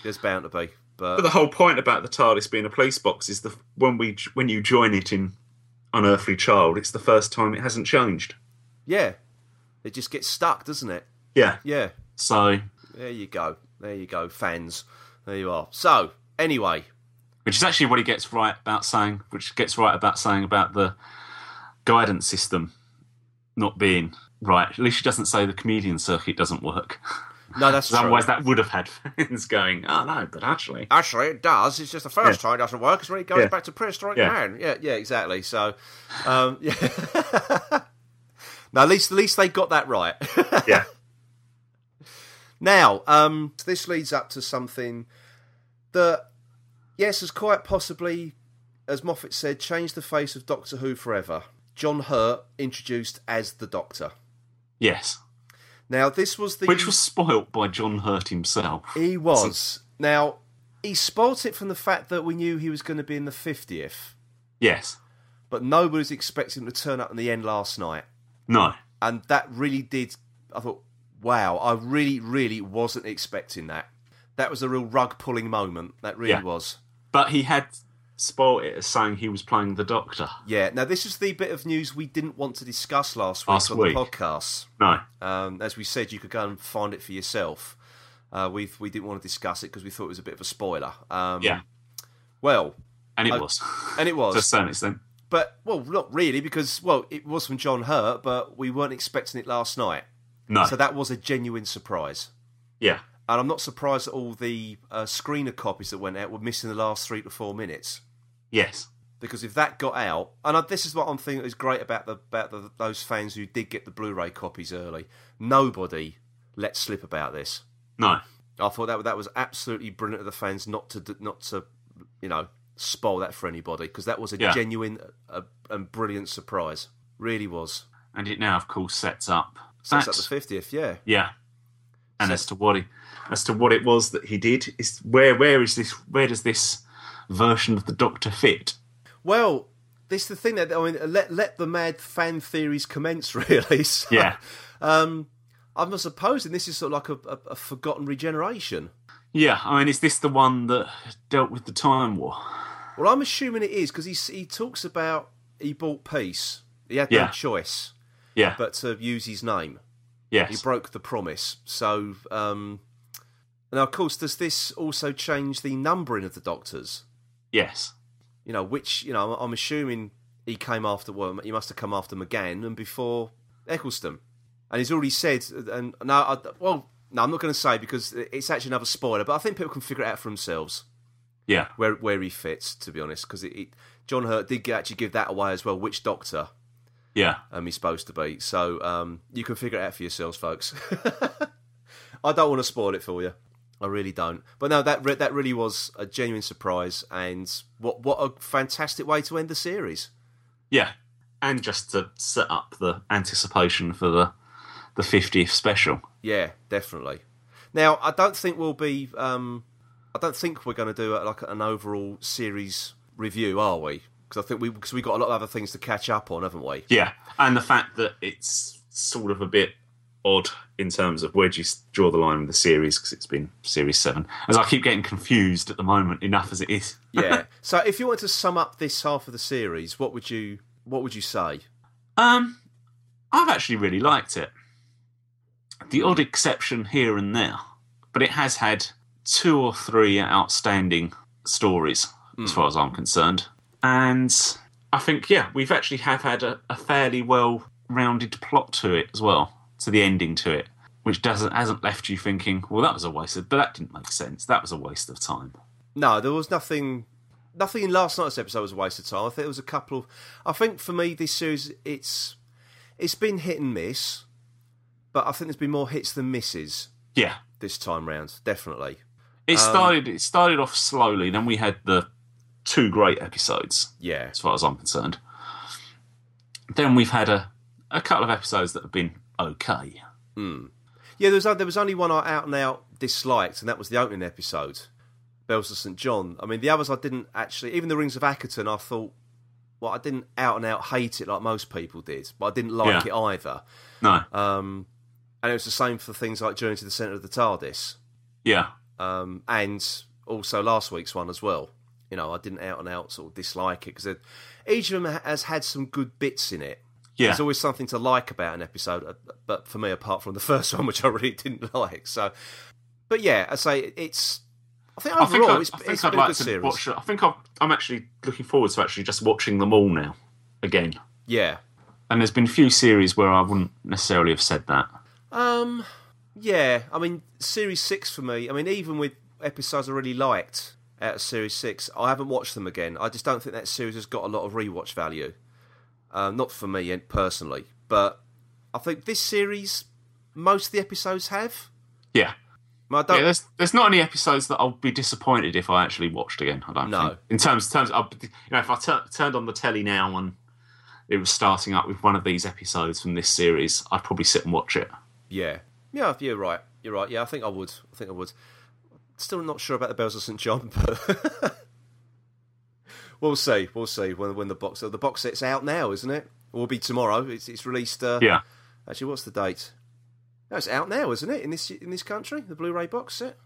[SPEAKER 1] There's bound to be. But
[SPEAKER 2] But the whole point about the TARDIS being a police box is the when we when you join it in Unearthly Child, it's the first time it hasn't changed.
[SPEAKER 1] yeah, it just gets stuck, doesn't it?
[SPEAKER 2] Yeah.
[SPEAKER 1] Yeah.
[SPEAKER 2] So,
[SPEAKER 1] There you go. There you go, fans. There you are. So anyway,
[SPEAKER 2] which is actually what he gets right about saying, which gets right about saying about the guidance system not being right. At least he doesn't say the chameleon circuit doesn't work.
[SPEAKER 1] no, that's
[SPEAKER 2] 'Cause
[SPEAKER 1] true.
[SPEAKER 2] Otherwise, that would have had fans going, "Oh no!" But actually,
[SPEAKER 1] Actually, it does. It's just the first
[SPEAKER 2] Yeah.
[SPEAKER 1] time it doesn't work. It's when it goes
[SPEAKER 2] Yeah.
[SPEAKER 1] back to prehistoric
[SPEAKER 2] Yeah.
[SPEAKER 1] man. Yeah, yeah, exactly. So, um, yeah. now, at least, at least they got that right.
[SPEAKER 2] yeah,
[SPEAKER 1] now, um, this leads up to something that, yes, has quite possibly, as Moffat said, changed the face of Doctor Who forever. John Hurt introduced as the Doctor.
[SPEAKER 2] Yes.
[SPEAKER 1] Now, this was the
[SPEAKER 2] Which was spoilt by John Hurt himself.
[SPEAKER 1] he was. Now, he spoilt it from the fact that we knew he was going to be in the fiftieth,
[SPEAKER 2] Yes.
[SPEAKER 1] but nobody's expecting him to turn up in the end last night,
[SPEAKER 2] No.
[SPEAKER 1] and that really did. I thought, wow, I really, really wasn't expecting that. That was a real rug pulling moment. That really
[SPEAKER 2] Yeah.
[SPEAKER 1] was.
[SPEAKER 2] But he had spoilt it as saying he was playing the Doctor.
[SPEAKER 1] Yeah. Now, this is the bit of news we didn't want to discuss last week
[SPEAKER 2] Last
[SPEAKER 1] on
[SPEAKER 2] week.
[SPEAKER 1] the podcast.
[SPEAKER 2] No.
[SPEAKER 1] Um, as we said, you could go and find it for yourself. Uh, we've, we didn't want to discuss it because we thought it was a bit of a spoiler. Um,
[SPEAKER 2] Yeah.
[SPEAKER 1] Well,
[SPEAKER 2] And it
[SPEAKER 1] I-
[SPEAKER 2] was.
[SPEAKER 1] and it
[SPEAKER 2] to a
[SPEAKER 1] was,
[SPEAKER 2] certain extent.
[SPEAKER 1] but well, not really because well, it was from John Hurt, but we weren't expecting it last night,
[SPEAKER 2] No.
[SPEAKER 1] so that was a genuine surprise.
[SPEAKER 2] yeah.
[SPEAKER 1] And I'm not surprised that all the uh, screener copies that went out were missing the last three to four minutes.
[SPEAKER 2] Yes.
[SPEAKER 1] because if that got out, and I, this is what I'm thinking is great about the about the, those fans who did get the Blu-ray copies early. Nobody let slip about this.
[SPEAKER 2] No.
[SPEAKER 1] I thought that that was absolutely brilliant of the fans not to not to you know spoil that for anybody because that was a
[SPEAKER 2] Yeah.
[SPEAKER 1] genuine uh, and brilliant surprise. Really was.
[SPEAKER 2] And it now, of course, sets up.
[SPEAKER 1] Since
[SPEAKER 2] that.
[SPEAKER 1] that's the fiftieth, yeah.
[SPEAKER 2] Yeah. And
[SPEAKER 1] So-
[SPEAKER 2] as to what he, as to what it was that he did, is where where is this where does this version of the Doctor fit?
[SPEAKER 1] Well, this is the thing that I mean. Let let the mad fan theories commence. Really. So,
[SPEAKER 2] Yeah.
[SPEAKER 1] Um, I'm not supposing this is sort of like a, a, a forgotten regeneration.
[SPEAKER 2] Yeah, I mean, is this the one that dealt with the time war?
[SPEAKER 1] Well, I'm assuming it is because he s- he talks about he bought peace. He had no
[SPEAKER 2] Yeah.
[SPEAKER 1] choice
[SPEAKER 2] Yeah,
[SPEAKER 1] but to use his name. He
[SPEAKER 2] yes,
[SPEAKER 1] broke the promise. So um, now, of course, does this also change the numbering of the doctors?
[SPEAKER 2] yes,
[SPEAKER 1] You know, which you know, I'm assuming he came after. Well, he must have come after McGann and before Eccleston. And he's already said. And now, I, well, no, I'm not going to say because it's actually another spoiler. But I think people can figure it out for themselves
[SPEAKER 2] yeah,
[SPEAKER 1] where where he fits, to be honest, because it, it, John Hurt did actually give that away as well, which Doctor
[SPEAKER 2] yeah,
[SPEAKER 1] um, he's supposed to be. So um, you can figure it out for yourselves, folks. I don't want to spoil it for you. I really don't. But no, that re- that really was a genuine surprise, and what what a fantastic way to end the series.
[SPEAKER 2] yeah. And just to set up the anticipation for the the fiftieth special.
[SPEAKER 1] Yeah, definitely. Now, I don't think we'll be. Um, I don't think we're going to do uh, like an overall series review, are we? Because I think we because we got a lot of other things to catch up on, haven't we?
[SPEAKER 2] Yeah, and the fact that it's sort of a bit odd in terms of where do you s- draw the line with the series because it's been series seven. As I keep getting confused at the moment, enough as it is.
[SPEAKER 1] yeah. So if you wanted to sum up this half of the series, what would you what would you say?
[SPEAKER 2] Um, I've actually really liked it. The odd exception here and there, but it has had two or three outstanding stories, as far as I'm concerned. And I think, yeah, we've actually have had a, a fairly well-rounded plot to it as well, to the ending to it, which doesn't hasn't left you thinking, well, that was a waste of, but that didn't make sense. That was a waste of time.
[SPEAKER 1] No, there was nothing nothing in last night's episode was a waste of time. I think there was a couple of I think for me this series it's it's been hit and miss, but I think there's been more hits than misses
[SPEAKER 2] Yeah,
[SPEAKER 1] this time round, definitely.
[SPEAKER 2] it started. It started off slowly. Then we had the two great episodes.
[SPEAKER 1] Yeah.
[SPEAKER 2] as far as I'm concerned. Then we've had a, a couple of episodes that have been okay.
[SPEAKER 1] Yeah, there was there was only one I out and out disliked, and that was the opening episode, Bells of St John. I mean, the others I didn't actually. Even the Rings of Ackerton, I thought, well, I didn't out and out hate it like most people did, but I didn't like
[SPEAKER 2] Yeah.
[SPEAKER 1] it either.
[SPEAKER 2] No,
[SPEAKER 1] Um, and it was the same for things like Journey to the Centre of the TARDIS,
[SPEAKER 2] yeah,
[SPEAKER 1] um, and also last week's one as well. You know, I didn't out and out sort of dislike it because each of them ha- has had some good bits in it.
[SPEAKER 2] yeah,
[SPEAKER 1] There's always something to like about an episode, uh, but for me, apart from the first one, which I really didn't like. So, but yeah, I say it's. I think
[SPEAKER 2] I think,
[SPEAKER 1] overall,
[SPEAKER 2] I,
[SPEAKER 1] it's,
[SPEAKER 2] I
[SPEAKER 1] it's
[SPEAKER 2] think
[SPEAKER 1] been
[SPEAKER 2] I'd
[SPEAKER 1] a
[SPEAKER 2] like
[SPEAKER 1] good
[SPEAKER 2] to
[SPEAKER 1] series.
[SPEAKER 2] watch. I think i I'm actually looking forward to actually just watching them all now again.
[SPEAKER 1] Yeah,
[SPEAKER 2] And there's been a few series where I wouldn't necessarily have said that.
[SPEAKER 1] um, yeah. I mean, series six for me. I mean, even with episodes I really liked out of series six, I haven't watched them again. I just don't think that series has got a lot of rewatch value. Um, not for me and personally, but I think this series, most of the episodes have.
[SPEAKER 2] Yeah.
[SPEAKER 1] I, mean, I
[SPEAKER 2] Yeah,
[SPEAKER 1] don't.
[SPEAKER 2] there's there's not any episodes that I'll be disappointed if I actually watched again. I don't
[SPEAKER 1] No.
[SPEAKER 2] think. In terms terms, I'll, be- you know, if I tur- turned on the telly now and it was starting up with one of these episodes from this series, I'd probably sit and watch it.
[SPEAKER 1] Yeah. Yeah, you're right. You're right. Yeah, I think I would. I think I would. Still not sure about the Bells of St. John, but we'll see. We'll see when when the box the box set's out now, isn't it? It will be tomorrow. It's it's released uh,
[SPEAKER 2] Yeah.
[SPEAKER 1] actually what's the date? No, it's out now, isn't it? In this in this country, the Blu-ray box set.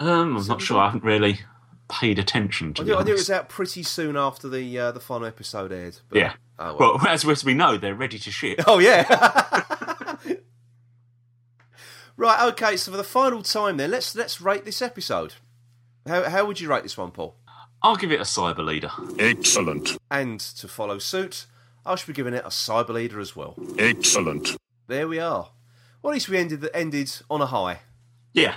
[SPEAKER 2] Um, I'm not sure. I haven't really paid attention to
[SPEAKER 1] I
[SPEAKER 2] the.
[SPEAKER 1] knew, I knew it was out pretty soon after the uh, the final episode aired. But,
[SPEAKER 2] Yeah.
[SPEAKER 1] Oh, well.
[SPEAKER 2] Well, as, as we know, they're ready to ship.
[SPEAKER 1] oh yeah. right. Okay. So for the final time, then let's let's rate this episode. How how would you rate this one, Paul?
[SPEAKER 2] I'll give it a cyber leader.
[SPEAKER 5] Excellent.
[SPEAKER 1] And to follow suit, I should be giving it a cyber leader as well.
[SPEAKER 5] Excellent.
[SPEAKER 1] There we are. Well, at least we ended ended on a high.
[SPEAKER 2] Yeah.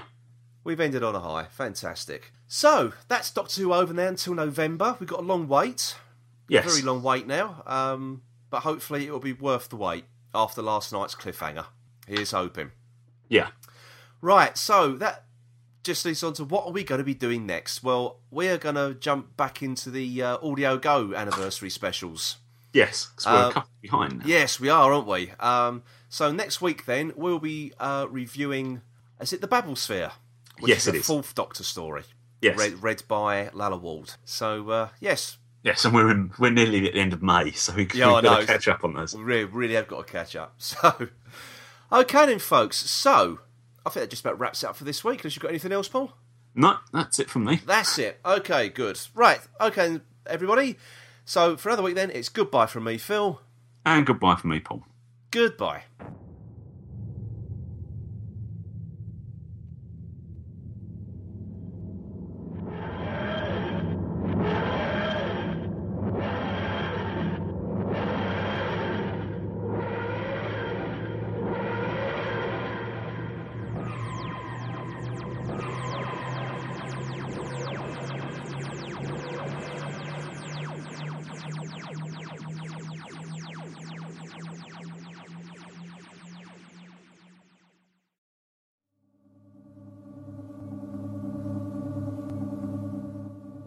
[SPEAKER 1] We've ended on a high. Fantastic. So that's Doctor Who over now until November. We've got a long wait,
[SPEAKER 2] Yes.
[SPEAKER 1] very long wait now. Um, but hopefully it will be worth the wait after last night's cliffhanger. Here's hoping.
[SPEAKER 2] Yeah.
[SPEAKER 1] Right, so that just leads on to what are we going to be doing next? Well, we are going to jump back into the uh, Audio Go anniversary specials.
[SPEAKER 2] Yes. 'cause we're
[SPEAKER 1] Uh,
[SPEAKER 2] a couple behind. now.
[SPEAKER 1] Yes, we are, aren't we? Um, so next week, then we'll be uh, reviewing. Is it the Babel Sphere? Which
[SPEAKER 2] Yes,
[SPEAKER 1] is the
[SPEAKER 2] it is.
[SPEAKER 1] fourth Doctor story.
[SPEAKER 2] Yes.
[SPEAKER 1] read, read by Lala Wald. So uh, yes,
[SPEAKER 2] Yes, and we're in, we're nearly at the end of May, so we,
[SPEAKER 1] Yeah, I
[SPEAKER 2] we've got
[SPEAKER 1] know.
[SPEAKER 2] to catch up on those.
[SPEAKER 1] we really, really have got to catch up. So okay, then, folks. So I think that just about wraps it up for this week. Unless you have got anything else, Paul?
[SPEAKER 2] No, that's it from me.
[SPEAKER 1] That's it. Okay, good. Right. Okay, everybody. So for another week, then it's goodbye from me, Phil.
[SPEAKER 2] And goodbye from me, Paul.
[SPEAKER 1] Goodbye.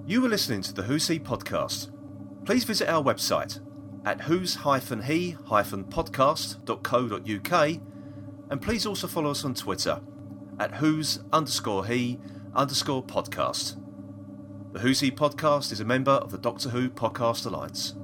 [SPEAKER 1] You were listening to the Who's He podcast. Please visit our website at who's-he-podcast.co.uk and please also follow us on Twitter at who's underscore he underscore podcast. The Who's He podcast is a member of the Doctor Who Podcast Alliance.